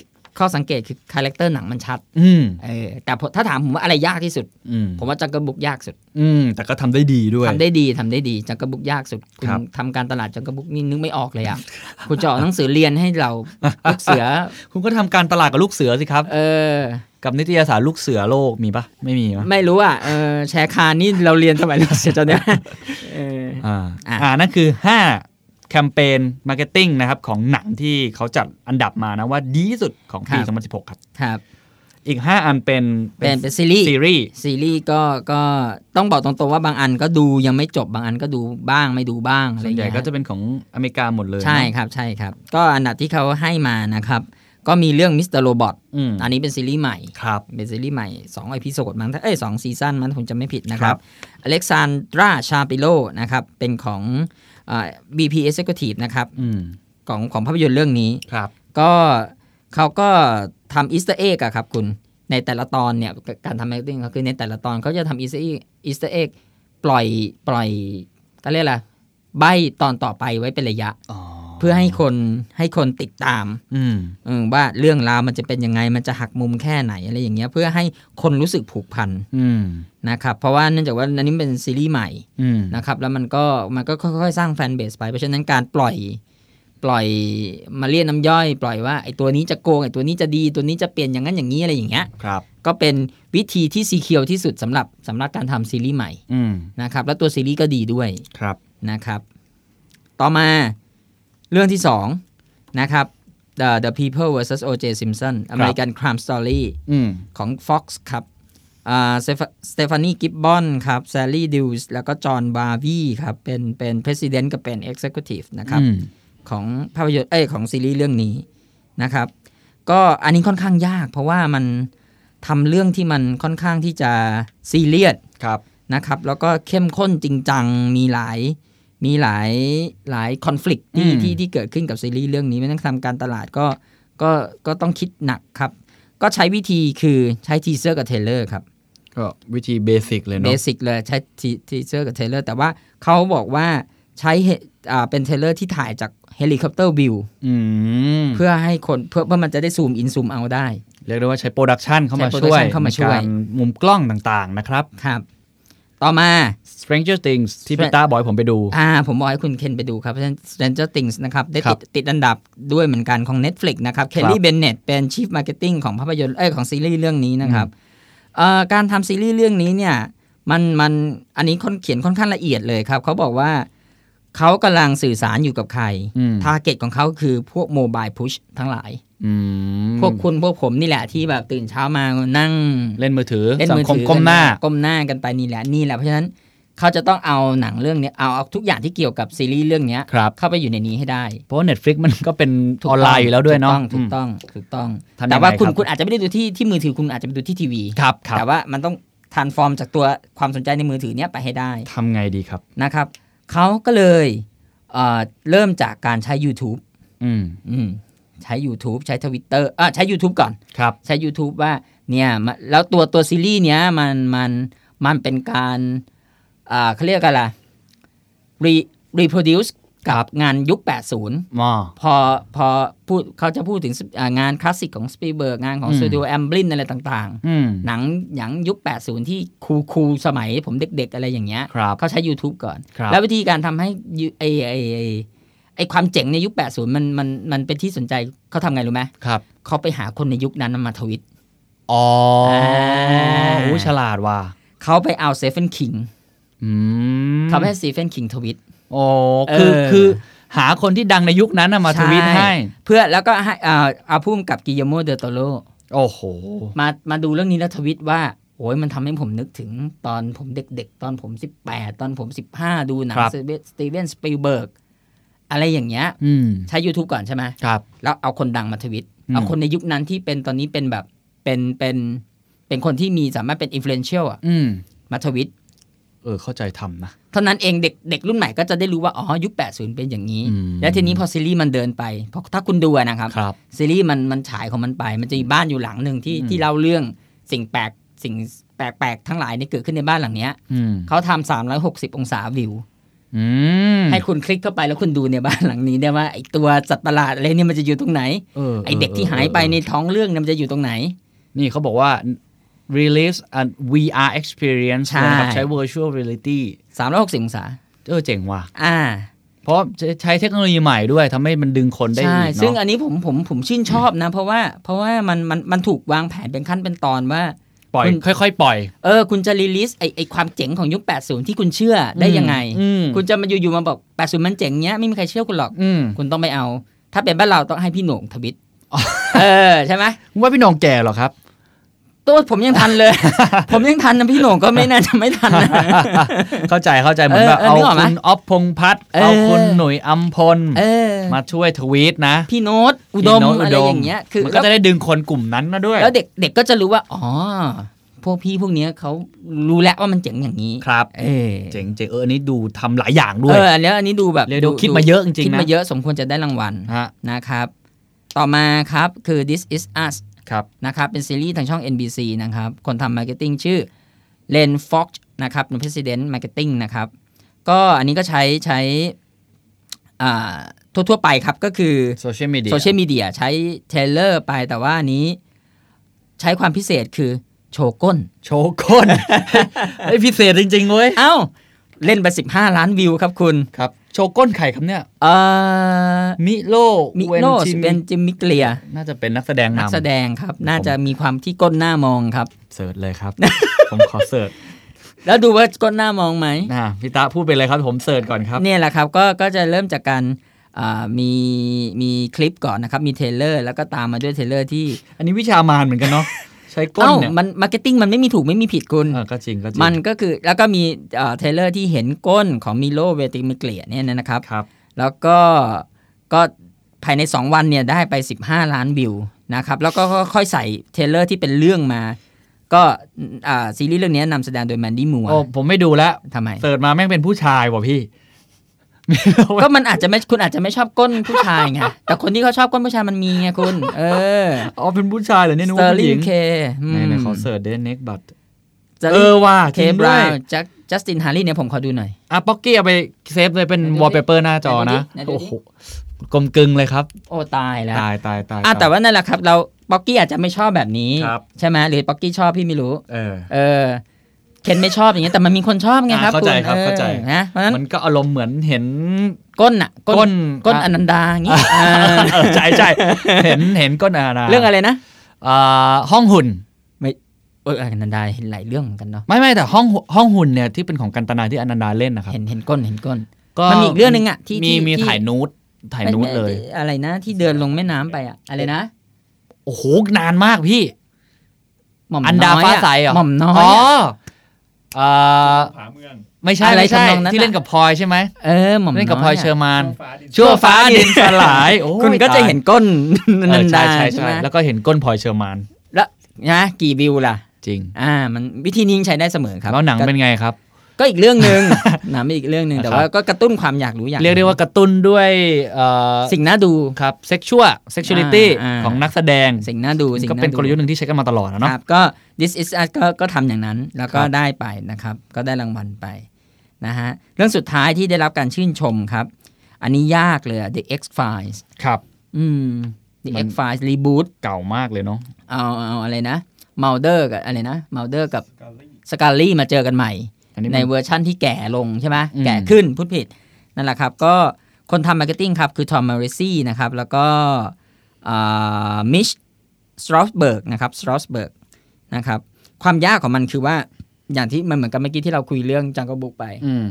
Speaker 3: ข้อสังเกตคือคาแรคเตอร์หนังมันชัด
Speaker 2: อืม
Speaker 3: เออแต่ผมถ้าถามผมว่าอะไรยากที่สุด
Speaker 2: อืม
Speaker 3: ผมว่าจังเกิลบุ๊กยากสุด
Speaker 2: อืมแต่ก็ทำได้ดีด้วย
Speaker 3: ทำได้ดีทำได้ดีจังเกิลบุ๊กยากสุด คุณ
Speaker 2: ครับ
Speaker 3: ทำการตลาดจังเกิลบุ๊กนี่นึกไม่ออกเลยอ่ะ คุณจะออกหนังสือเรียนให้เรา ลูกเสือ
Speaker 2: คุณก็ทำการตลาดกับลูกเสือสิครับ
Speaker 3: เออ
Speaker 2: กับนิตยสารลูกเสือโลกมีปะไม่มีปะ
Speaker 3: ไม่รู้อ่ะเออแชร์คานนี่เราเรียนสมัยเราเสียจนเนี้ย เออ
Speaker 2: อ่า
Speaker 3: อ่ะ
Speaker 2: อ่านั่นคือ 5 แคมเปญมาร์เก็ตติ้งนะครับของหนังที่เขาจัดอันดับมานะว่าดีที่สุดของปี 2016 ครับ
Speaker 3: ครับ
Speaker 2: อีก 5 อันเป็น
Speaker 3: เป็นเป็นซีรีส์
Speaker 2: ซีรีส์
Speaker 3: ซีรีส์ก็ก็ต้องบอกตรงๆว่าบางอันก็ดูยังไม่จบบางอันก็ดูบ้างไม่ดูบ้างอะไรอ
Speaker 2: ส่วน
Speaker 3: ย่าง
Speaker 2: ใหญ่
Speaker 3: เงี้ย
Speaker 2: ก็จะเป็นของอเมริกาหมดเลย
Speaker 3: ใช่
Speaker 2: เนอะ
Speaker 3: ครับใช่ครับ ก็อันดับที่เขาให้มานะครับ ก็มีเรื่องมิสเตอร์โรบอท
Speaker 2: อืม
Speaker 3: อันนี้เป็นซีรีส์ใหม่
Speaker 2: ครับ
Speaker 3: เป็นซีรีส์ใหม่2อพิโซดมั้งถ้าเอ้ยสองซีซั่นมั้งถ้าผมจำไม่ผิดนะค
Speaker 2: ครั
Speaker 3: รับบ อเล็กซานดราชาปิโลนะครับ เป็นของเอ่อ BP Executive นะครับ
Speaker 2: อืม
Speaker 3: ของของภาพยนตร์เรื่องนี้
Speaker 2: ครับ
Speaker 3: ก็เขาก็ทำอีสเตอร์เอกอะครับคุณ ในแต่ละตอนเนี่ย การทำ acting เขาคือในแต่ละตอนเขาจะทำอีสเตอร์อีสเตอร์เอกปล่อยปล่อยก็เรียกอะไรใบตอนต่อไปไว้เป็นระยะ
Speaker 2: อ๋อ
Speaker 3: เพื่อให้คนให้คนติดตาม
Speaker 2: อืม
Speaker 3: เออว่าเรื่องราวมันจะเป็นยังไงมันจะหักมุมแค่ไหนอะไรอย่างเงี้ยเพื่อให้คนรู้สึกผูกพัน
Speaker 2: อืม
Speaker 3: นะครับเพราะว่าเนื่องจากว่าอันนี้เป็นซีรีส์ใหม่
Speaker 2: อืม
Speaker 3: นะครับแล้วมันก็มันก็ค่อยๆ สร้างแฟนเบสไปเพราะฉะนั้นการปล่อยปล่อยมาเรียกน้ำย่อย ปล่อยว่าไอ้ตัวนี้จะโกงไอ้ตัวนี้จะดีตัวนี้จะเปลี่ยนอย่างนั้นอย่างนี้อะไรอย่างเงี้ย
Speaker 2: ครับ
Speaker 3: ก็เป็นวิธีที่ซีเคียวที่สุดสำหรับสำหรับการทำซีรีส์ใหม่
Speaker 2: อืม
Speaker 3: นะครับแล้วตัวซีรีส์ก็ดีด้วย
Speaker 2: ครับ
Speaker 3: นะครับ ต่อมาเรื่องที่สองนะครับ The The People vs O.J. Simpson American Crime Story
Speaker 2: อืม
Speaker 3: ของ Fox ครับสเตฟานีกิบบอนครับแซลลี่ดิวส์แล้วก็จอห์นบาร์วีครับ เป็นเป็น President กับเป็น Executive นะครับ
Speaker 2: อืม
Speaker 3: ของภาพยนตร์เอ้ยของซีรีส์เรื่องนี้นะครับ ก็อันนี้ค่อนข้างยาก เพราะว่ามันทำเรื่องที่มันค่อนข้างที่จะซีเรียส
Speaker 2: ครับ
Speaker 3: นะครับแล้วก็เข้มข้นจริงจังมีหลายมีหลายหลายคอน FLICT ที่
Speaker 2: อืม
Speaker 3: ที่ที่เกิดขึ้นกับซีรีส์เรื่องนี้ไม่ต้องทำการตลาดก็ก็ก็ต้องคิดหนักครับ ก็ใช้วิธีคือใช้ทีเซอร์กับเทรลเลอร์ครับ
Speaker 2: ก็วิธีเบสิกเลย
Speaker 3: เบ
Speaker 2: เนาะ
Speaker 3: สิกเลยใช้ทีเซอร์กับเทรลเลอร์แต่ว่าเขาบอกว่าใช้เฮอ่าเป็นเทรลเลอร์ที่ถ่ายจากเฮลิคอปเตอร์วิว
Speaker 2: อืม
Speaker 3: เพื่อให้คนเพื่อเพื่อมันจะได้ซูมอินซูมเอาได้
Speaker 2: เรียกได้ว่าใช้โปรดักชันเข้ามา
Speaker 3: ใช้
Speaker 2: ช่วย
Speaker 3: production เข้ามาช่วย
Speaker 2: ในกรมุมกล้องต่างๆนะครับ
Speaker 3: ครับต่อมา
Speaker 2: Stranger Things ที่พี่
Speaker 3: Str-
Speaker 2: ตาบอยผมไปดู
Speaker 3: อ่าผมบอกให้คุณเคนไปดูครับ เพราะฉะนั้น Stranger Things นะครับ ได้
Speaker 2: ครั
Speaker 3: ติ
Speaker 2: บ
Speaker 3: ดติดอันดับด้วยเหมือนกันของ Netflix นะครับเคลลี่เบนเน็ตเป็น Chief Marketing ของภาพยนตร์เอ้ยของซีรีส์เรื่องนี้นะครับเอ่อการทำซีรีส์เรื่องนี้เนี่ยมันมันอันนี้คนเขียนค่อนข้างละเอียดเลยครับ เขาบอกว่าเขากำลังสื่อสารอยู่กับใคร
Speaker 2: อืม
Speaker 3: ทาร์เก็ตของเขาคือพวกโมบายพุชทั้งหลาย
Speaker 2: อืม
Speaker 3: พวกคุณพวกผมนี่แหละที่แบบตื่นเช้ามานั่ง
Speaker 2: เล่นมือถือ
Speaker 3: เล่น
Speaker 2: สั
Speaker 3: มื
Speaker 2: ง
Speaker 3: อ
Speaker 2: คม
Speaker 3: ถือ
Speaker 2: ก้มหน้า
Speaker 3: ก้มหน้ากันไปนี่แหละนี่แหละเพราะฉะนั้นเขาจะต้องเอาหนังเรื่องเนี้ยเอาเอาทุกอย่างที่เกี่ยวกับซีรีส์เรื่องเนี้ย
Speaker 2: ครับ
Speaker 3: เข้าไปอยู่ในนี้ให้ได้
Speaker 2: เพราะว่า Netflix มันก็เป็น
Speaker 3: ถูก
Speaker 2: ออนไลน์อยู่แล้วด้วยเนาะ
Speaker 3: ถูกต้องถูกต้องถูก
Speaker 2: ทำยั
Speaker 3: ต้อง ง
Speaker 2: ไง
Speaker 3: แต่ว่าคุ
Speaker 2: ค
Speaker 3: ณ
Speaker 2: รับ
Speaker 3: คุณอาจจะไม่ได้ดูที่ที่มือถือคุณอาจจะไปดูที่ทีวี
Speaker 2: ครับครับ
Speaker 3: แต่ว่ามันต้องทานฟอร์มจากตัวความสนใจในมือถือเนี้ยไปให้ได้
Speaker 2: ทำไงดีครับ
Speaker 3: นะครับเขาก็เลยเอ่อเริ่มจากการใช้ YouTube
Speaker 2: อืม
Speaker 3: อืมใช้ YouTube ใช้ Twitter อ่ะใช้ YouTube ก่อน
Speaker 2: ครับ
Speaker 3: ใช้ YouTube ว่าเนี่ยมาแล้วตัวตัวซีรีส์เนี้ยมันมันมันเป็นการอ่าเขาเรียกกันล่ะ re reproduce กับงานยุค 80
Speaker 2: มอ
Speaker 3: พอพอพูดเขาจะพูดถึงอ่างานคลาสสิกของสปีเบิร์กงานของ
Speaker 2: อืม
Speaker 3: สตูดิโอแอมบลินอะไรต่าง
Speaker 2: อืม
Speaker 3: ๆ หนังหนังยุค 80 ที่คูลคูลสมัยผมเด็กๆ อะไรอย่างเงี้ย
Speaker 2: ครับ
Speaker 3: เขาใช้ YouTube ก่อน
Speaker 2: ครับ
Speaker 3: แล้ววิธีการทำให้ยูไอไอไอ้ไอความเจ๋งในยุค 80 มันมันมันเป็นที่สนใจเขาทำไงรู้ไหม
Speaker 2: ครับ
Speaker 3: เขาไปหาคนในยุคนั้นมาทวิต
Speaker 2: อ๋ออา อู้ฉลาดว่ะ
Speaker 3: เขาไปเอาเซฟเฟนคิง
Speaker 2: อืม
Speaker 3: เขาไปให้เซฟเฟนคิงทวิต
Speaker 2: โอ้คือ
Speaker 3: เออ
Speaker 2: คือหาคนที่ดังในยุคนั้นน่ะมาทวีตให้
Speaker 3: เพื่อแล้วก็ให้เอ่อเอาพุ่มกับกิ l ยโมเดอโตโร
Speaker 2: โอ้โห
Speaker 3: มามาดูเรื่องนี้แล้วทวิตว่าโอ้ยมันทำให้ผมนึกถึงตอนผมเด็กๆ ตอนผม 18 ตอนผม 15 ดูหนัง
Speaker 2: ครับ
Speaker 3: สตีเวนสปีเบิร์กอะไรอย่างเงี้ย
Speaker 2: อืม
Speaker 3: ใช้ YouTube ก่อนใช่ไหม
Speaker 2: ครับ
Speaker 3: แล้วเอาคนดังมาทวิต
Speaker 2: อืม
Speaker 3: เอาคนในยุคนั้นที่เป็นตอนนี้เป็นแบบเป็นเป็นเป็นคนที่มีสามารถเป็นอิม l u e n นเชียลอะ
Speaker 2: อืม
Speaker 3: มาทวิต
Speaker 2: เออเข้าใจทำนะ
Speaker 3: เท่านั้นเองเด็กเด็กรุ่นใหม่ก็จะได้รู้ว่า อ๋อ ยุค 80 เป็นอย่างนี้
Speaker 2: อืม
Speaker 3: แล้วทีนี้พอซีรีส์มันเดินไปเพราะถ้าคุณดูอะนะครับ
Speaker 2: ครับ
Speaker 3: ซีรีส์มันมันฉายของมันไป มันจะมีบ้านอยู่หลังหนึ่งที่
Speaker 2: อืม
Speaker 3: ที่เล่าเรื่องสิ่งแปลกสิ่งแปลกๆทั้งหลายเนี่ยเกิดขึ้นในบ้านหลังเนี้ย
Speaker 2: อืม
Speaker 3: เขาทำ360 องศาวิว
Speaker 2: อืม
Speaker 3: ให้คุณคลิกเข้าไปแล้วคุณดูในบ้านหลังนี้ได้ว่าไอตัวสัตว์ประหลาดอะไรเนี่ยมันจะอยู่ตรงไหน ไอเด็กที่หายไปใน
Speaker 2: นี่
Speaker 3: ท้องเรื่องเนี่ยมันจะอยู่ตรงไหน
Speaker 2: นี่เขาบอกว่า release a VR experience
Speaker 3: ใช่
Speaker 2: เลยนะครับใช้ virtual reality
Speaker 3: 360 องศา
Speaker 2: เออเจ๋งว่ะ
Speaker 3: อ่า
Speaker 2: เพราะใช้ใช้เทคโนโลยีใหม่ด้วยทำให้มันดึงคนได้อีก
Speaker 3: ใช่
Speaker 2: เนาะ
Speaker 3: ซึ่งอันนี้ผมผมผมชื่นชอบนะ เพราะว่าเพราะว่ามันมันมันถูกวางแผนเป็นขั้นเป็นตอนว่า
Speaker 2: ปล่อย
Speaker 3: คุณ
Speaker 2: ค่อย ๆ ปล่อย
Speaker 3: เออ คุณจะรีลิสไอไอความเจ๋งของยุค 80 ที่คุณเชื่อได้ยังไง
Speaker 2: อืม
Speaker 3: คุณจะมาอยู่ๆมาบอก 80 มันเจ๋งเนี้ย ไม่มีใครเชื่อคุณหรอก
Speaker 2: อืม
Speaker 3: คุณต้องไปเอา ถ้าเป็นบ้านเราต้องให้พี่โหน่งทวิตเออ ใช่ไหม
Speaker 2: ว่าพี่หน้องแก่เหรอครับ
Speaker 3: ตัวผมยังทันเลย ผมยังทันนะพี่โหน่งก็ไม่น่าจะไม่ทันนะ
Speaker 2: เข้าใจเข้าใจเหมือนแบบ
Speaker 3: เออเออ
Speaker 2: เอา
Speaker 3: นึกออกไหม
Speaker 2: คุณอ๊อฟพงษ์พัฒน์
Speaker 3: เออ
Speaker 2: เอาคุณหนุ่ยอัมพล
Speaker 3: เออ
Speaker 2: มาช่วยทวีตนะ
Speaker 3: พี่โน้ตอุดม
Speaker 2: พี่โน้ต
Speaker 3: อะไรอย่างเงี้ยคือ
Speaker 2: มัน
Speaker 3: แล้
Speaker 2: ก็
Speaker 3: ว
Speaker 2: จะได้ดึงคนกลุ่มนั้นมาด้วย
Speaker 3: แล้วเด็กเด็กก็จะรู้ว่า อ๋อ พวกพี่พวกเนี้ยเขารู้แล้วว่ามันเจ๋งอย่างนี้
Speaker 2: ครับ
Speaker 3: เออ
Speaker 2: เจ๋งเจ๋งเอออันนี้ดูทำหลายอย่างด้ว
Speaker 3: เอย ออันเนี้ยอันนี้ดูแบบ
Speaker 2: เรียกได้ว่าคิดมาเยอะจริงๆนะ
Speaker 3: คิดมาเยอะสมควรจะได้รางวัล
Speaker 2: ฮะ
Speaker 3: นะครับ ต่อมาครับคือ this is us
Speaker 2: ครับ
Speaker 3: นะครับเป็นซีรีส์ทางช่อง NBC นะครับ คนทำมาร์เก็ตติ้งชื่อเลนฟ็อกนะครับเป็น President Marketing นะครับ ก็อันนี้ก็ใช้ใช้อ่าทั่วๆไปครับก็คือ
Speaker 2: โซเชียลมีเดีย
Speaker 3: โซเชียลมีเดียใช้เทรลเลอร์ไปแต่ว่าอันนี้ ใช้ความพิเศษคือโชว์ก้น
Speaker 2: โชว์ก้ น ไอพิเศษจริง ๆ เว้ย
Speaker 3: เอ้า เล่นไป 15 ล้านวิวครับคุณ
Speaker 2: ครับ โชว์ก้นไข่ครับเนี่ย
Speaker 3: เอ่อ
Speaker 2: มิโล
Speaker 3: มิโนสเป็นจิมมิเกลีย
Speaker 2: น่าจะเป็นนักแสดง
Speaker 3: นัก
Speaker 2: นำ
Speaker 3: แสดงครับ น่าจะมีความที่ก้นหน้ามองครับ
Speaker 2: เสิร์ชเลยครับ ผมขอเสิร์ช
Speaker 3: แล้วดูว่าก้นหน้ามองไหม
Speaker 2: นะพี่ตาพูดไปเลยครับ ผมเสิร์ชก่อนครับ
Speaker 3: เนี่ยแหละครับก็ก็จะเริ่มจากการอ่ามีมีคลิปก่อนนะครับ มีเทรลเลอร์ แล้วก็ตามมาด้วยเทรลเลอร์ที่
Speaker 2: อันนี้วิชามานเหมือนกันเนาะ ใช้ก้น
Speaker 3: เอ้า
Speaker 2: เนี่ย
Speaker 3: มันมาร์เก็ตติ้งมันไม่มีถูกไม่มีผิดคุณ
Speaker 2: เออก็จริงก็จริง
Speaker 3: มันก็คือแล้วก็มีเอ่อเทรลเลอร์ที่เห็นก้นของมิโลเวติมิเกลียเนี่ยนะครับ
Speaker 2: ครับ
Speaker 3: แล้วก็ก็ภายใน 2 วันเนี่ยได้ไป 15 ล้านวิวนะครับแล้วก็ค่อยๆใส่เทรลเลอร์ที่เป็นเรื่องมา ก็อ่าซีรีส์เรื่องนี้นำแสดงโดยแมนดี้มัว
Speaker 2: โอ้ผมไม่ดูแล้ว
Speaker 3: ทำไม
Speaker 2: เสิร์ชมาแม่งเป็นผู้ชายว่ะพี่
Speaker 3: ก็มันอาจจะไม่คุณอาจจะไม่ชอบก้นผู้ชายไง แต่คนที่เขาชอบก้นผู้ชายมันมีไงคุณ เออ
Speaker 2: อ๋อเป็นผู้ชายเหรอเนี่ยนึก
Speaker 3: สเตอ
Speaker 2: ว่า
Speaker 3: ร์
Speaker 2: ผู้
Speaker 3: ลิ
Speaker 2: หญิ
Speaker 3: ง
Speaker 2: ง
Speaker 3: เค
Speaker 2: ไหนไหนขอเสิร์ชเดนเน็กบัต
Speaker 3: จะ
Speaker 2: เออว่ะ
Speaker 3: เค
Speaker 2: จริง
Speaker 3: บ
Speaker 2: ด้ว
Speaker 3: ราย วจัสจัสตินฮาร์ลีเนี่ยผมขอดูหน่อย
Speaker 2: อ่ะป๊อกกี้เอาไปเซฟเลยเป็น
Speaker 3: ไหนดูดิ
Speaker 2: วอลเปเปอร์หน้าจอ
Speaker 3: ไหนดูดิ
Speaker 2: นะ
Speaker 3: ไหนดูดิ
Speaker 2: โอ้โหกลมกลึงเลยครับ
Speaker 3: โอ้ตายแล้ว
Speaker 2: ตายตายตาย
Speaker 3: อ่ะ
Speaker 2: ย
Speaker 3: แต่ว่านั่นแหละครับเราป๊อกกี้อาจจะไม่ชอบแบบนี้
Speaker 2: ครับ
Speaker 3: ใช่ไหมหรือป๊อกกี้ชอบพี่ไม่รู้
Speaker 2: เออ
Speaker 3: เออเคนไม่ชอบอย่างเงี้ยแต่มันมีคนชอบไงครั
Speaker 2: อ่า
Speaker 3: บ
Speaker 2: เข้าใจ
Speaker 3: ณ
Speaker 2: ครับเข้าใจ
Speaker 3: ออนะเพราะฉะนั้น
Speaker 2: มันก็อารมณ์เหมือนเห็น
Speaker 3: ก้นอ่ะ
Speaker 2: ก้น
Speaker 3: ก้น
Speaker 2: อ่ะ
Speaker 3: อนันดาอย่างงี้อ่า
Speaker 2: เออ ใช่ใช่เห็นเห็นก้นอาณา
Speaker 3: เรื่องอะไรนะ
Speaker 2: อ่าห้องหุ่น
Speaker 3: เอออนันดาเห็นหลายเรื่องเหมือนกันเนาะ
Speaker 2: ไม่ไม่แต่ห้องห้องหุ่นเนี่ยที่เป็นของกันตนาที่อนันดาเล่นนะครับ
Speaker 3: เห็นเห็นก้นเห็นก้น
Speaker 2: ก็
Speaker 3: มันมีอีกเรื่องหนึ่งอะที่
Speaker 2: มี
Speaker 3: ที่
Speaker 2: มี
Speaker 3: ที่
Speaker 2: ถ่ายนูดถ่ายนูดเลย
Speaker 3: อะไรนะ ที่เดินลงแม่น้ำไปอ่ะอะไรนะ
Speaker 2: โอ้โหนานมากพี่
Speaker 3: หม่อม
Speaker 2: อันดา
Speaker 3: อยะ
Speaker 2: ฟ้าใสเหรอ
Speaker 3: หม่อมน้อ
Speaker 2: อ๋อ
Speaker 3: ยอะ
Speaker 2: เอ่อ
Speaker 4: ผาเมือง
Speaker 2: ไม่ใช่
Speaker 3: อะไร
Speaker 2: ไม่ใช่
Speaker 3: ทำนองนั้น
Speaker 2: ที่เล่น
Speaker 3: อะ
Speaker 2: กับพลอยใช่ไหม
Speaker 3: เออหม่อมน้อย
Speaker 2: เล่นกับพลอยเชอร์มาน
Speaker 4: เจ้าฟ้าดิน
Speaker 2: ชั่วฟ้าดินสลายโอ้ย
Speaker 3: คุณก็จะเห็นก้น
Speaker 2: ตาย
Speaker 3: อนันดา
Speaker 2: เออใช่
Speaker 3: ใช่
Speaker 2: ใช่
Speaker 3: ไหม
Speaker 2: ใช่แล้วก็เห็นก้นพลอยเชอร์มาน
Speaker 3: แล้วนะกี่วิวล่ะ
Speaker 2: จริง
Speaker 3: อ่า มันวิธีนี้ยังใช้ได้เสมอครับ
Speaker 2: แล้วหนัง
Speaker 3: ก็
Speaker 2: เป็นไงครับ
Speaker 3: ก็อีกเรื่อง หนึ่ง หนังเป็นอีกเรื่องหนึ่งแต่ว่าก็กระตุ้นความอยากรู้อยาก
Speaker 2: เรียกได้ว่ากระตุ้นด้วยเอ่อ
Speaker 3: สิ่งน่าดู
Speaker 2: ครับเซ็กชวลเซ็กชวลิตี้
Speaker 3: อ่าอ่า
Speaker 2: ของนักแสดง
Speaker 3: สิ่งน่าดูสิ่ง
Speaker 2: ก็
Speaker 3: น่า
Speaker 2: เป็นกลยุทธ์หนึ่งที่ใช้กันมาตลอดนะเนาะ
Speaker 3: ครับก็ this is us ก็ก็ทำอย่างนั้นแล้ว
Speaker 2: ค
Speaker 3: ก็
Speaker 2: รับ
Speaker 3: ได้ไปนะครับ ก็ได้รางวัลไปนะฮะเรื่องสุดท้ายที่ได้รับการชื่นชมครับ อันนี้ยากเลยอะ The X Files
Speaker 2: ครับ
Speaker 3: อืม The
Speaker 2: มัน
Speaker 3: X Files reboot
Speaker 2: เก่ามากเลยเนาะ
Speaker 3: เอาเอาอะไรนะมาเดอร์กับอะไรนะมาเดอร์กับ
Speaker 4: กาลี่
Speaker 3: สกาลี่มาเจอกันใหม่
Speaker 2: อันนี้
Speaker 3: ใน
Speaker 2: มัน
Speaker 3: เวอร์ชั่นที่แก่ลงใช่ไหม
Speaker 2: อืม
Speaker 3: แก่ขึ้นพูดผิด นั่นแหละครับ ก็คนทำมาร์เก็ตติ้งครับ คือทอมมาริซี่นะครับ แล้วก็มิชสตรอสเบิร์กนะครับสตรอสเบิร์กนะครับ ความยากของมันคือว่าอย่างที่มันเหมือนกับเมื่อกี้ที่เราคุยเรื่องจังกบุกไป
Speaker 2: อืม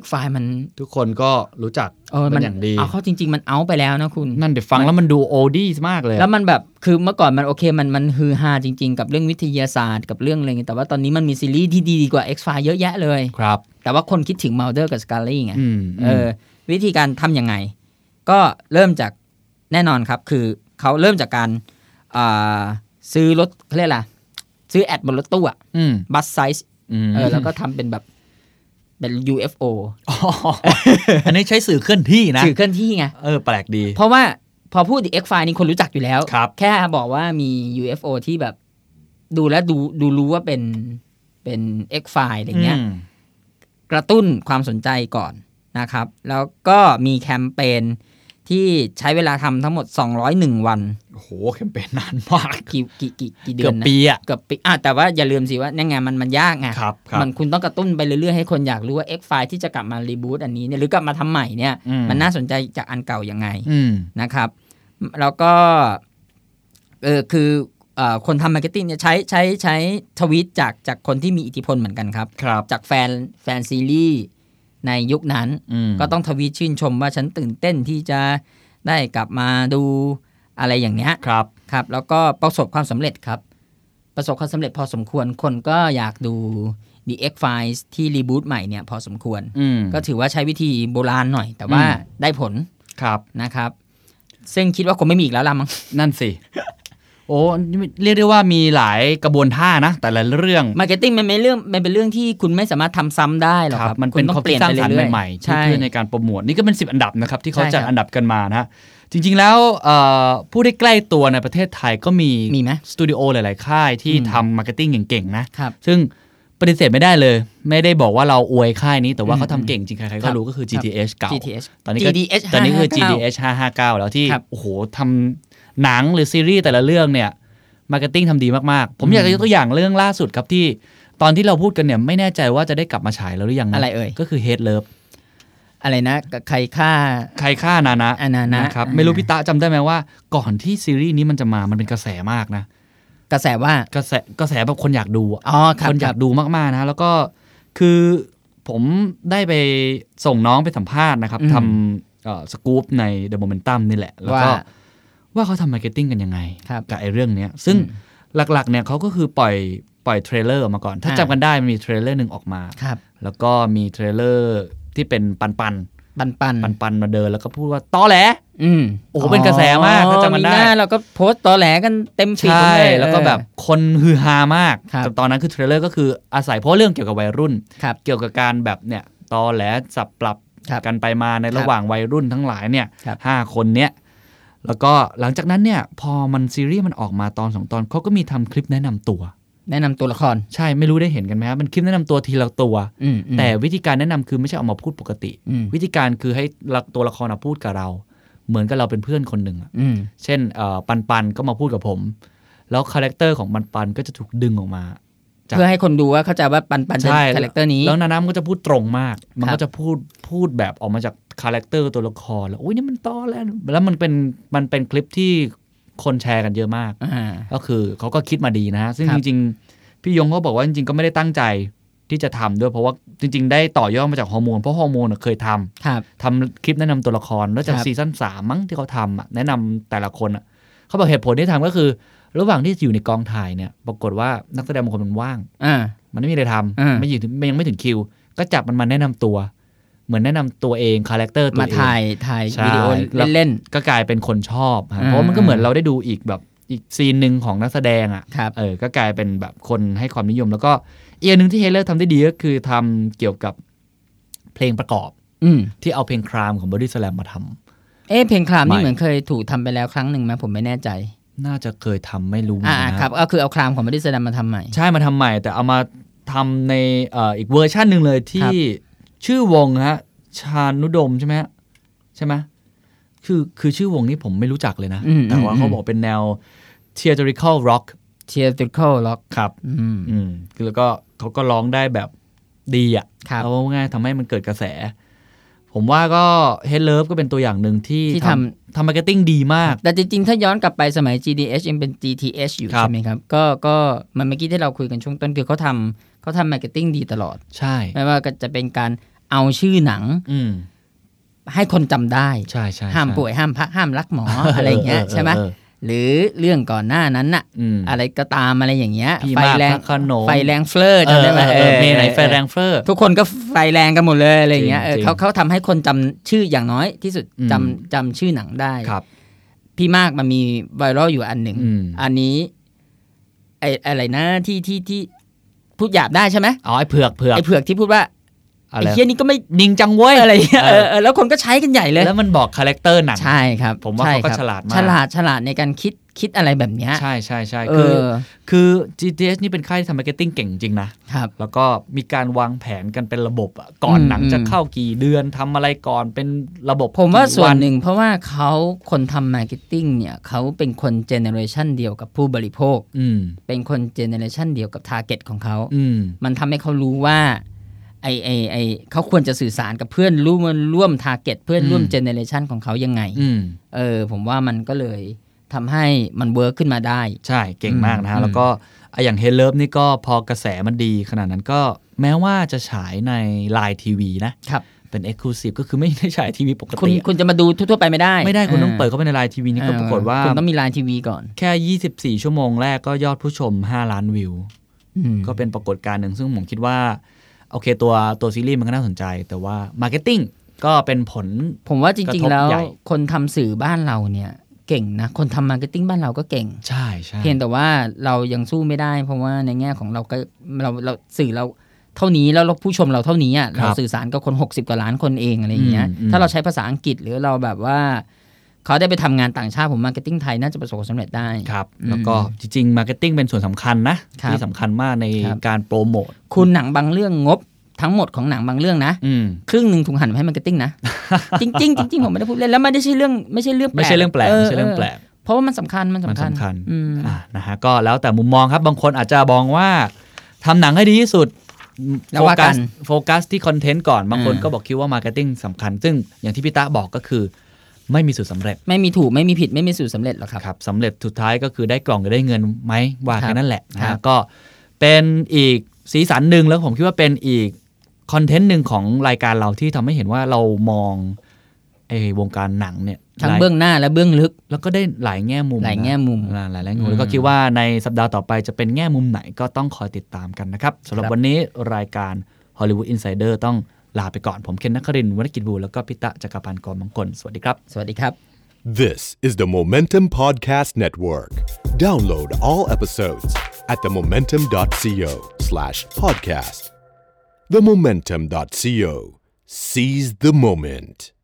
Speaker 3: X File มัน
Speaker 2: ทุกคนก็รู้จัก
Speaker 3: เออ
Speaker 2: เป็
Speaker 3: มัน
Speaker 2: นอย่างดี
Speaker 3: เอาเข้าจริง ๆ มันเอาไปแล้วนะคุณ
Speaker 2: นั่นเดี๋ยวฟังแล้วมันดูโอดี้มากเลย
Speaker 3: แล้วมันแบบคือเมื่อก่อนมันโอเคมันมันฮือฮาจริง ๆ กับเรื่องวิทยาศาสตร์กับเรื่องอะไรเงี้ยแต่ว่าตอนนี้มันมีซีรีส์ที่ดีกว่า X File เยอะแยะเลย
Speaker 2: ครับ
Speaker 3: แต่ว่าคนคิดถึงมาเดอร์กับสกาลี่ไง
Speaker 2: อืม
Speaker 3: เออวิธีการทำยังไง ก็เริ่มจากแน่นอนครับ คือเขาเริ่มจากการอ่าซื้อรถเขาเรียกอะไรซื้อแอดบนรถตู้อะ
Speaker 2: อืม
Speaker 3: บัสไซส์
Speaker 2: อืม
Speaker 3: เออแล้วก็ทำเป็นแบบเป็น UFO
Speaker 2: อ๋ออันนี้ใช้สื่อเคลื่อนที่นะ
Speaker 3: สื่อเคลื่อนที่ไง
Speaker 2: เออแปลกดี
Speaker 3: เพราะว่าพอพูด X File นี่คนรู้จักอยู่แล้ว
Speaker 2: ครับ
Speaker 3: แค่บอกว่ามี UFO ที่แบบดูแล้วดูดูรู้ว่าเป็นเป็น X File อะไรเงี้ย
Speaker 2: ม
Speaker 3: กระตุ้นความสนใจก่อนนะครับ แล้วก็มีแคมเปญที่ใช้เวลาทำทั้งหมด 201 วัน
Speaker 2: โอ้โหแคมเปญนานมาก
Speaker 3: กี่กี่กี่กี่เดื
Speaker 2: เกื
Speaker 3: อ
Speaker 2: อน บ
Speaker 3: นะ
Speaker 2: ปีอ่ะ
Speaker 3: เกือบปีอ่ะแต่ว่าอย่าลืมสิว่านั่นไงมันมันยากไง
Speaker 2: ครับครับ
Speaker 3: มันคุณต้องกระตุ้นไปเรื่อยๆให้คนอยากรู้ว่า X file ที่จะกลับมารีบูตอันนี้เนี่ยหรือกลับมาทำใหม่เนี่ย
Speaker 2: อืม
Speaker 3: มันน่าสนใจจากอันเก่ายังไง
Speaker 2: อืม
Speaker 3: นะครับแล้วก็เออคือเอ่อคนทำมาร์เก็ตติ้งเนี่ยใช้ใช้ใช้ทวีตจากจากคนที่มีอิทธิพลเหมือนกันครับ
Speaker 2: ครับ
Speaker 3: จากแฟนแฟนซีรีส์ในยุคนั้น
Speaker 2: อืม
Speaker 3: ก็ต้องทวีตชื่นชมว่าฉันตื่นเต้นที่จะได้กลับมาดูอะไรอย่างเนี้ย
Speaker 2: ครับ
Speaker 3: ครับ แล้วก็ประสบความสำเร็จครับ ประสบความสำเร็จพอสมควรคนก็อยากดู The X Files ที่รีบูตใหม่เนี่ยพอสมควร
Speaker 2: อืม
Speaker 3: ก็ถือว่าใช้วิธีโบราณหน่อย แต่ว่า
Speaker 2: อืม
Speaker 3: ได้ผล
Speaker 2: ครับ
Speaker 3: นะครับ ซึ่งคิดว่าคงไม่มีอีกแล้วละมั้ง
Speaker 2: นั่นสิ โอ้เรียกได้ว่ามีหลายกระบวนท่านะ แต่ละเรื่อง
Speaker 3: มาร์เก็ตติ้งมันเป็นเรื่องมันเป็นเรื่องที่คุณไม่สามารถทำซ้ำได้หรอกครับ
Speaker 2: มัน
Speaker 3: คุณ
Speaker 2: เป็น
Speaker 3: ต้อ
Speaker 2: ข้อง
Speaker 3: เปลี่ยน
Speaker 2: สร้าง
Speaker 3: ไป
Speaker 2: สรรค์
Speaker 3: เรื่อย
Speaker 2: ใหม่ๆ
Speaker 3: ๆ
Speaker 2: ที่
Speaker 3: ใช่
Speaker 2: เพื่อในการโปรโมทนี่ก็เป็น 10 อันดับนะครับ ที่เขา
Speaker 3: ใช่
Speaker 2: จัด
Speaker 3: ครับ
Speaker 2: อันดับกันมานะฮะจริงๆแล้วเอ่อผู้ได้ใกล้ตัวในประเทศไทยก็มี
Speaker 3: มีไหม
Speaker 2: สตูดิโอหลาย ๆ ค่ายที่
Speaker 3: อืม
Speaker 2: ทำมาร์เก็ตติ้งเก่ง ๆ นะ
Speaker 3: ครับ
Speaker 2: ซึ่งปฏิเสธไม่ได้เลย ไม่ได้บอกว่าเราอวยค่ายนี้แต่ว่า
Speaker 3: อืม
Speaker 2: เขาทำเก่งจริง ใคร ๆ
Speaker 3: ครั
Speaker 2: ก็
Speaker 3: บ
Speaker 2: รู้ก็คือ
Speaker 3: ครับ
Speaker 2: GTH เก่า
Speaker 3: GTH
Speaker 2: ตอนนี้ก็
Speaker 3: GDH
Speaker 2: ตอนนี้คือ
Speaker 3: 559
Speaker 2: GDH 559 แล้วที่
Speaker 3: ครับ
Speaker 2: โอ้โหทำหนังหรือซีรีส์แต่ละเรื่องเนี่ยมาร์เก็ตติ้งทำดีมาก ๆ ผมอยากจะยกตัวอย่างเรื่องล่าสุดครับที่ ตอนที่เราพูดกันเนี่ยไม่แน่ใจว่าจะได้กลับมาฉายแล้วหรือยังน
Speaker 3: อะไรเอ่ย
Speaker 2: ก็คือ Hate Love
Speaker 3: อะไรนะใครฆ่า
Speaker 2: ใครฆ่านานะ
Speaker 3: อ่ะนานะ
Speaker 2: ครับ
Speaker 3: อ่า
Speaker 2: ไม่รู้พี่ตะจำได้ไหมว่า ก่อนที่ซีรีส์นี้มันจะมามันเป็นกระแสมากนะ
Speaker 3: กระแสว่าก
Speaker 2: ระแสกระแสแบบคนอยากดูอะ
Speaker 3: อ๋อครับ
Speaker 2: คนอ
Speaker 3: ค
Speaker 2: ยา
Speaker 3: รั
Speaker 2: ก
Speaker 3: บ
Speaker 2: ดูมากๆนะ แล้วก็คือผมได้ไปส่งน้องไปสัมภาษณ์นะครับ
Speaker 3: อืม
Speaker 2: ทำเอ่อสกู๊ปใน The Momentum นี่แหละ แล้วก็
Speaker 3: ว่า
Speaker 2: ว่าเขาทำมาร์เก็ตติ้งกันยังไง
Speaker 3: ครับ
Speaker 2: กับไอ้เรื่องเนี้ย ซึ่งหลักๆเนี่ยเขาก็คือปล่อยปล่อยเทรลเลอร์ออกมาก่อน ถ้า
Speaker 3: อ่า
Speaker 2: จำกันได้มันมีเทรลเลอร์หนึ่งออกมา
Speaker 3: ครับ
Speaker 2: แล้วก็มีเทรลเลอร์ที่เป็นปันปัน
Speaker 3: ปันปัน
Speaker 2: ปันปันๆมาเดินแล้วก็พูดว่าตอแหล
Speaker 3: อืม
Speaker 2: โอ้โหเป็นกระแสมากถ้าจำมันได้
Speaker 3: หเราก็โพสต์ตอแหลกันเต็มฟีด
Speaker 2: ใช่
Speaker 3: เย
Speaker 2: แล้วก็แบบ
Speaker 3: เอ
Speaker 2: คนฮือฮามาก
Speaker 3: ครับ
Speaker 2: แต่ตอนนั้นคือเทรลเลอร์ก็คืออาศัยเพราะเรื่องเกี่ยวกับวัยรุ่น
Speaker 3: อครับ
Speaker 2: เกี่ยวกับการแบบเนี่ยตอแหลสับปรับ
Speaker 3: ครับ
Speaker 2: กันไปมาในระหว่างวัยรุ่นทั้งหลายเนี่ย
Speaker 3: ครับ
Speaker 2: ห้าคนเนี่ยแล้วก็หลังจากนั้นเนี่ยพอมันซีรีส์มันออกมาตอนสองตอนเขาก็มีทำคลิปแนะนำตัว
Speaker 3: แนะนำตัวละคร
Speaker 2: ใช่ไม่รู้ได้เห็นกันไหมครับมันคลิปแนะนำตัวทีละตัว
Speaker 3: อืมอืม
Speaker 2: แต่วิธีการแนะนำคือไม่ใช่เอามาพูดปกติ
Speaker 3: อืม
Speaker 2: วิธีการคือให้ละตัวละครอะพูดกับเรา เหมือนกับเราเป็นเพื่อนคนหนึ่งอะ
Speaker 3: อืม
Speaker 2: เช่นเอ่อปันปันก็มาพูดกับผม แล้วคาแรคเตอร์ของปันปันก็จะถูกดึงออกมา จาก
Speaker 3: เพื่อให้คนดูว่าเข้าใจว่าปันปันเป็น
Speaker 2: ใช่
Speaker 3: คาแรคเตอร์นี้
Speaker 2: แล้วนาน้ำก็จะพูดตรงมาก มัน
Speaker 3: ครั
Speaker 2: ก็
Speaker 3: บ
Speaker 2: จะพูดพูดแบบออกมาจากคาแรคเตอร์ตัวละครแล้วโอ้ยนี่มันตอแล้วแล้วมันเป็นมันเป็นคลิปที่คนแชร์กันเยอะมาก
Speaker 3: อ่า
Speaker 2: ก็คือเขาก็คิดมาดีนะฮะซึ่ง
Speaker 3: ครั
Speaker 2: จ
Speaker 3: บ
Speaker 2: ริงๆ พี่ยงเขาบอกว่าจริงๆก็ไม่ได้ตั้งใจที่จะทำด้วยเพราะว่าจริง ๆ ได้ต่อยอดมาจากฮอร์โมนเพราะฮอร์โมนอะเคยทำ
Speaker 3: ครับ
Speaker 2: ทำคลิปแนะนำตัวละครแล้วจาก
Speaker 3: ครับ
Speaker 2: ซีซั่นสามมั้งที่เขาทำอะแนะนำแต่ละคนอะเขาบอกเหตุผลที่ทำก็คือ ระหว่างที่อยู่ในกองถ่ายเนี่ยปรากฏว่านักแสดงบางคนมันว่าง
Speaker 3: อ่า
Speaker 2: มันไม่มีอะไรท
Speaker 3: อ่า
Speaker 2: ำไม่อยู่ถึงยังไม่ถึงคิว ก็จับมันมาแนะนำตัว เหมือนแนะนำตัวเองคาแรคเตอร์ตัว
Speaker 3: มา
Speaker 2: เอง
Speaker 3: ถ่ายถ่าย
Speaker 2: ใช่
Speaker 3: วิดีโอ
Speaker 2: แล้ว
Speaker 3: เล่น
Speaker 2: ก็กลายเป็นคนชอบฮะ
Speaker 3: อืม
Speaker 2: เพราะมันก็เหมือนเราได้ดูอีกแบบอีกซีนหนึ่งของนักแสดงอ่ะ
Speaker 3: ๆครับ
Speaker 2: เออก็กลายเป็นแบบคนให้ความนิยม แล้วก็อีกอันหนึ่งที่เฮเลอร์ทำได้ดีก็คือทำเกี่ยวกับเพลงประกอบ
Speaker 3: อืม
Speaker 2: ที่เอาเพลงครามของบอดี้สแลมมาทำ
Speaker 3: เอ๊ะเพลงคลาม
Speaker 2: ไม่
Speaker 3: นี่เหมือนเคยถูกทำไปแล้วครั้งหนึ่งไหมผมไม่แน่ใจ
Speaker 2: น่าจะเคยทำไม่รู้เหมือ
Speaker 3: อ่าน
Speaker 2: กัน
Speaker 3: ครับ
Speaker 2: นะ
Speaker 3: ก็คือเอาคลามของบริสแลมมาทำใหม่
Speaker 2: ใช่มาทำใหม่ แต่เอามาทำในเอ่ออีกเวอร์ชันหนึ่งเลย
Speaker 3: ค
Speaker 2: ที่
Speaker 3: รับ
Speaker 2: ชื่อวงฮะชานุดมใช่ไหมฮะใช่ไหมคือคือชื่อวงนี้ผมไม่รู้จักเลยนะ
Speaker 3: อืม
Speaker 2: แต่ว่า
Speaker 3: อืม
Speaker 2: เขาบอกเป็นแนว theatrical rock
Speaker 3: เชียร์ติคอลล็อก
Speaker 2: ครับ
Speaker 3: อืม
Speaker 2: อืมคือแล้วก็เขาก็ร้องได้แบบดีอ่ะ
Speaker 3: ครับ
Speaker 2: เอาง่ายๆทำให้มันเกิดกระแส ผมว่าก็ Head Love ก็เป็นตัวอย่างหนึ่งที่
Speaker 3: ที่ทำ
Speaker 2: ทำมาร์เก็ตติ้งดีมาก
Speaker 3: แต่จริงๆ ถ้าย้อนกลับไปสมัย GDH ยังเป็น GTH อยู่
Speaker 2: ครับ
Speaker 3: ใช่ไหมครับ ก็ก็มันเมื่อกี้ที่เราคุยกันช่วงต้นคือเขาทำเขาทำมาร์เก็ตติ้งดีตลอด
Speaker 2: ใช่
Speaker 3: ไม่ว่าก็จะเป็นการเอาชื่อหนัง
Speaker 2: อืม
Speaker 3: ให้คนจำได้
Speaker 2: ใช่ใช่
Speaker 3: ห้ามป่วยห้ามพระห้ามรักหมอ อะไรอย่างเงี้ยใช่ไหม
Speaker 2: เออเออ
Speaker 3: หรือเรื่องก่อนหน้านั้นน่ะ
Speaker 2: อืม
Speaker 3: อะไรก็ตามอะไรอย่างเงี้ย
Speaker 2: พี่
Speaker 3: ไฟ
Speaker 2: มาก
Speaker 3: แรง
Speaker 2: พระขนง
Speaker 3: ไฟแรงเฟลอร์จำได้ไหม
Speaker 2: เออเออเออเมย์ไหน
Speaker 3: ออ
Speaker 2: ไฟแรงเฟอร์
Speaker 3: ทุกคนก็ไฟแรงกันหมดเลยอะไรอย่างเงี้ยเออ
Speaker 2: จริงๆ
Speaker 3: เขาเขาทำให้คนจำชื่ออย่างน้อยที่สุด
Speaker 2: อืม
Speaker 3: จำจำชื่อหนังได้
Speaker 2: ครับ
Speaker 3: พี่มากมันมีไวรัลอยู่อันหนึ่ง
Speaker 2: อืม
Speaker 3: อันนี้ไออะไรนะที่ที่ที่พูดหยาบได้ใช่ไหม
Speaker 2: เอาไอ้เผือกเผือก
Speaker 3: ไอเผือกที่พูดว่า
Speaker 2: อะไร
Speaker 3: ไอเฮียนี่ก็ไม่
Speaker 2: นิ่งจังเว้ย
Speaker 3: อะไรเงี้ย
Speaker 2: เอ
Speaker 3: เอ
Speaker 2: อ
Speaker 3: อเออแล้วคนก็ใช้กันใหญ่เลย
Speaker 2: แล้วมันบอกคาแรคเตอร์หนัง
Speaker 3: ใช่ครับ
Speaker 2: ผมว่า
Speaker 3: ใช่
Speaker 2: เขาก็
Speaker 3: ครับ
Speaker 2: ฉลาดมาก
Speaker 3: ฉลาดฉลาดในการคิดคิดอะไรแบบเนี้ย
Speaker 2: ใช่ใช่ใช่
Speaker 3: เอ
Speaker 2: คือ
Speaker 3: อ
Speaker 2: คือ GTS นี่เป็นค่ายที่ทำมาร์เก็ตติ้งเก่งจริงนะ
Speaker 3: ครับ
Speaker 2: แล้วก็มีการวางแผนกันเป็นระบบอะก่อน
Speaker 3: อืม
Speaker 2: หนังจะ
Speaker 3: อืม
Speaker 2: เข้ากี่เดือนทำอะไรก่อนเป็นระบบ
Speaker 3: ผมว่า
Speaker 2: กี่
Speaker 3: ส่วนหนึ่งเพราะว่าเขาคนทำมาร์เก็ตติ้งเนี่ยเขาเป็นคนเจเนอเรชันเดียวกับผู้บริโภค
Speaker 2: อืม
Speaker 3: เป็นคนเจเนอเรชันเดียวกับทาร์เก็ตของเขา
Speaker 2: อืม
Speaker 3: มันทำให้เขารู้ว่าไอไอไอเขาควรจะสื่อสารกับเพื่อนร่วมร่วมทาร์เก็ตเพื่อนร่วม
Speaker 2: อืม
Speaker 3: เจเนเรชันของเขายังไง
Speaker 2: อืม
Speaker 3: เออ ผมว่ามันก็เลยทำให้มันเวิร์กขึ้นมาได้
Speaker 2: ใช่เก่งมากนะฮะ
Speaker 3: อืม
Speaker 2: แล้วก็อ่ะอย่างเฮลเล v ฟนี่ก็พอกระแสมันดีขนาดนั้นก็แม้ว่าจะฉายในไลน์ทีวีนะ
Speaker 3: ครับ
Speaker 2: เป็น Exclusive ก็คือไม่ได้ฉายทีวีปก
Speaker 3: คุณ
Speaker 2: ติ
Speaker 3: คุณจะมาดูทั่วๆไปไม่ได้
Speaker 2: ไม่ได้คุณต้องเปิด
Speaker 3: า
Speaker 2: เข้าไปในไลน์ทีวีนี้ก็ปรากฏว่า
Speaker 3: คุณต้องมีไลน์ทีวีก่อน
Speaker 2: แค่ 24 ชั่วโมงแรกก็ยอดผู้ชม 5 ล้านวิว
Speaker 3: อืม
Speaker 2: ก็เป็นปรากฏการณ์หนึ่งซึ่งผมคิดว่า โอเคตัวตัวซีรีส์มันก็น่าสนใจ แต่ว่ามาร์เก็ตติ้งก็เป็นผล
Speaker 3: ผมว่าจริง
Speaker 2: ก
Speaker 3: ๆ
Speaker 2: ระทบ
Speaker 3: แล้ว
Speaker 2: ใหญ่
Speaker 3: คนทำสื่อบ้านเราเนี่ยเก่งนะ คนทำมาร์เก็ตติ้งบ้านเราก็เก่ง
Speaker 2: ใช่ใช่
Speaker 3: เพียงแต่ว่าเรายังสู้ไม่ได้ เพราะว่าในแง่ของเราก็เราเราสื่อเราเท่านี้แล้วเราผู้ชมเราเท่านี้อ่ะเราสื่อสารกับคน 60 กว่าล้านคนเองอะไรอย่างเงี้ยถ้าเราใช้ภาษาอังกฤษหรือเราแบบว่า เขาได้ไปทำงานต่างชาติผมมาร์เก็ตติ้งไทยน่าจะประสบความสำเร็จได้
Speaker 2: ครับ
Speaker 3: อืม
Speaker 2: แล้วก็จริงๆมาร์เก็ตติ้งเป็นส่วนสำคัญนะ
Speaker 3: ครับ
Speaker 2: ที่สำคัญมากใน
Speaker 3: ครับ
Speaker 2: การโปรโมท
Speaker 3: คุณหนังบางเรื่องงบทั้งหมดของหนังบางเรื่องนะ
Speaker 2: อืม
Speaker 3: ครึ่งหนึ่งถูกหันมาให้มาร์เก็ตติ้งนะ จริงจริงๆจริงๆผมไม่ได้พูดเล่นแล้วไม่ได้ใช่เรื่องไม่ใช่เรื่องแปลก
Speaker 2: ไม่ใช่เรื่องแปลก ไม่ใช่เรื่องแปลก
Speaker 3: อเพราะว่ามันสำคัญมันสำ
Speaker 2: มัน
Speaker 3: คัญ
Speaker 2: สำคัญ
Speaker 3: อืม
Speaker 2: อ่ะนะฮะก็แล้วแต่มุมมองครับ บางคนอาจจะมองว่าทำหนังให้ดีที่สุด
Speaker 3: แล้วว่ากัน
Speaker 2: โฟสโฟกัสที่คอนเทนต์ก่อน บางคน
Speaker 3: อ่า
Speaker 2: ก็บอกคิดว่ามาร์เก็ตติ้งสำคัญ ซึ่งอย่างที่พี่ตะบอกก็คือ ไม่มีสูตรสำเร็จ
Speaker 3: ไม่มีถูกไม่มีผิดไม่มีสูตรสำเร็จหรอกครับ
Speaker 2: ครับสำเร็จสุดท้ายก็คือได้กล่องหรือได้เงินไหมว่า
Speaker 3: ครั
Speaker 2: แค่
Speaker 3: บ
Speaker 2: นั้นแหละนะ
Speaker 3: ครั
Speaker 2: ฮะ
Speaker 3: บ
Speaker 2: ก็เป็นอีกสีสันหนึ่งแล้วผมคิดว่าเป็นอีกคอนเทนต์หนึ่งของรายการเราที่ทำให้เห็นว่าเรามองไอ้วงการหนังเนี่ย
Speaker 3: ทั้งเบื้องหน้าและเบื้องลึก
Speaker 2: แล้วก็ได้หลายแง่มุมนะ
Speaker 3: หลายแง่มุม
Speaker 2: หลายหลายแง่มุม
Speaker 3: อืม
Speaker 2: แล้วก็คิดว่าในสัปดาห์ต่อไปจะเป็นแง่มุมไหนก็ต้องคอยติดตามกันนะครับสำหรับ
Speaker 3: ครับ
Speaker 2: วันนี้รายการ Hollywood Insider ต้องลาไปก่อน ผมเคนนักครินทร์วรรณกิจบูรณ์แล้วก็พิตะจักรพันธ์กรมังกลสวัสดีครับ
Speaker 3: สวัสดีครับ
Speaker 1: This is the Momentum Podcast Network. Download all episodes at themomentum.co slash podcast. Themomentum.co. Seize the moment.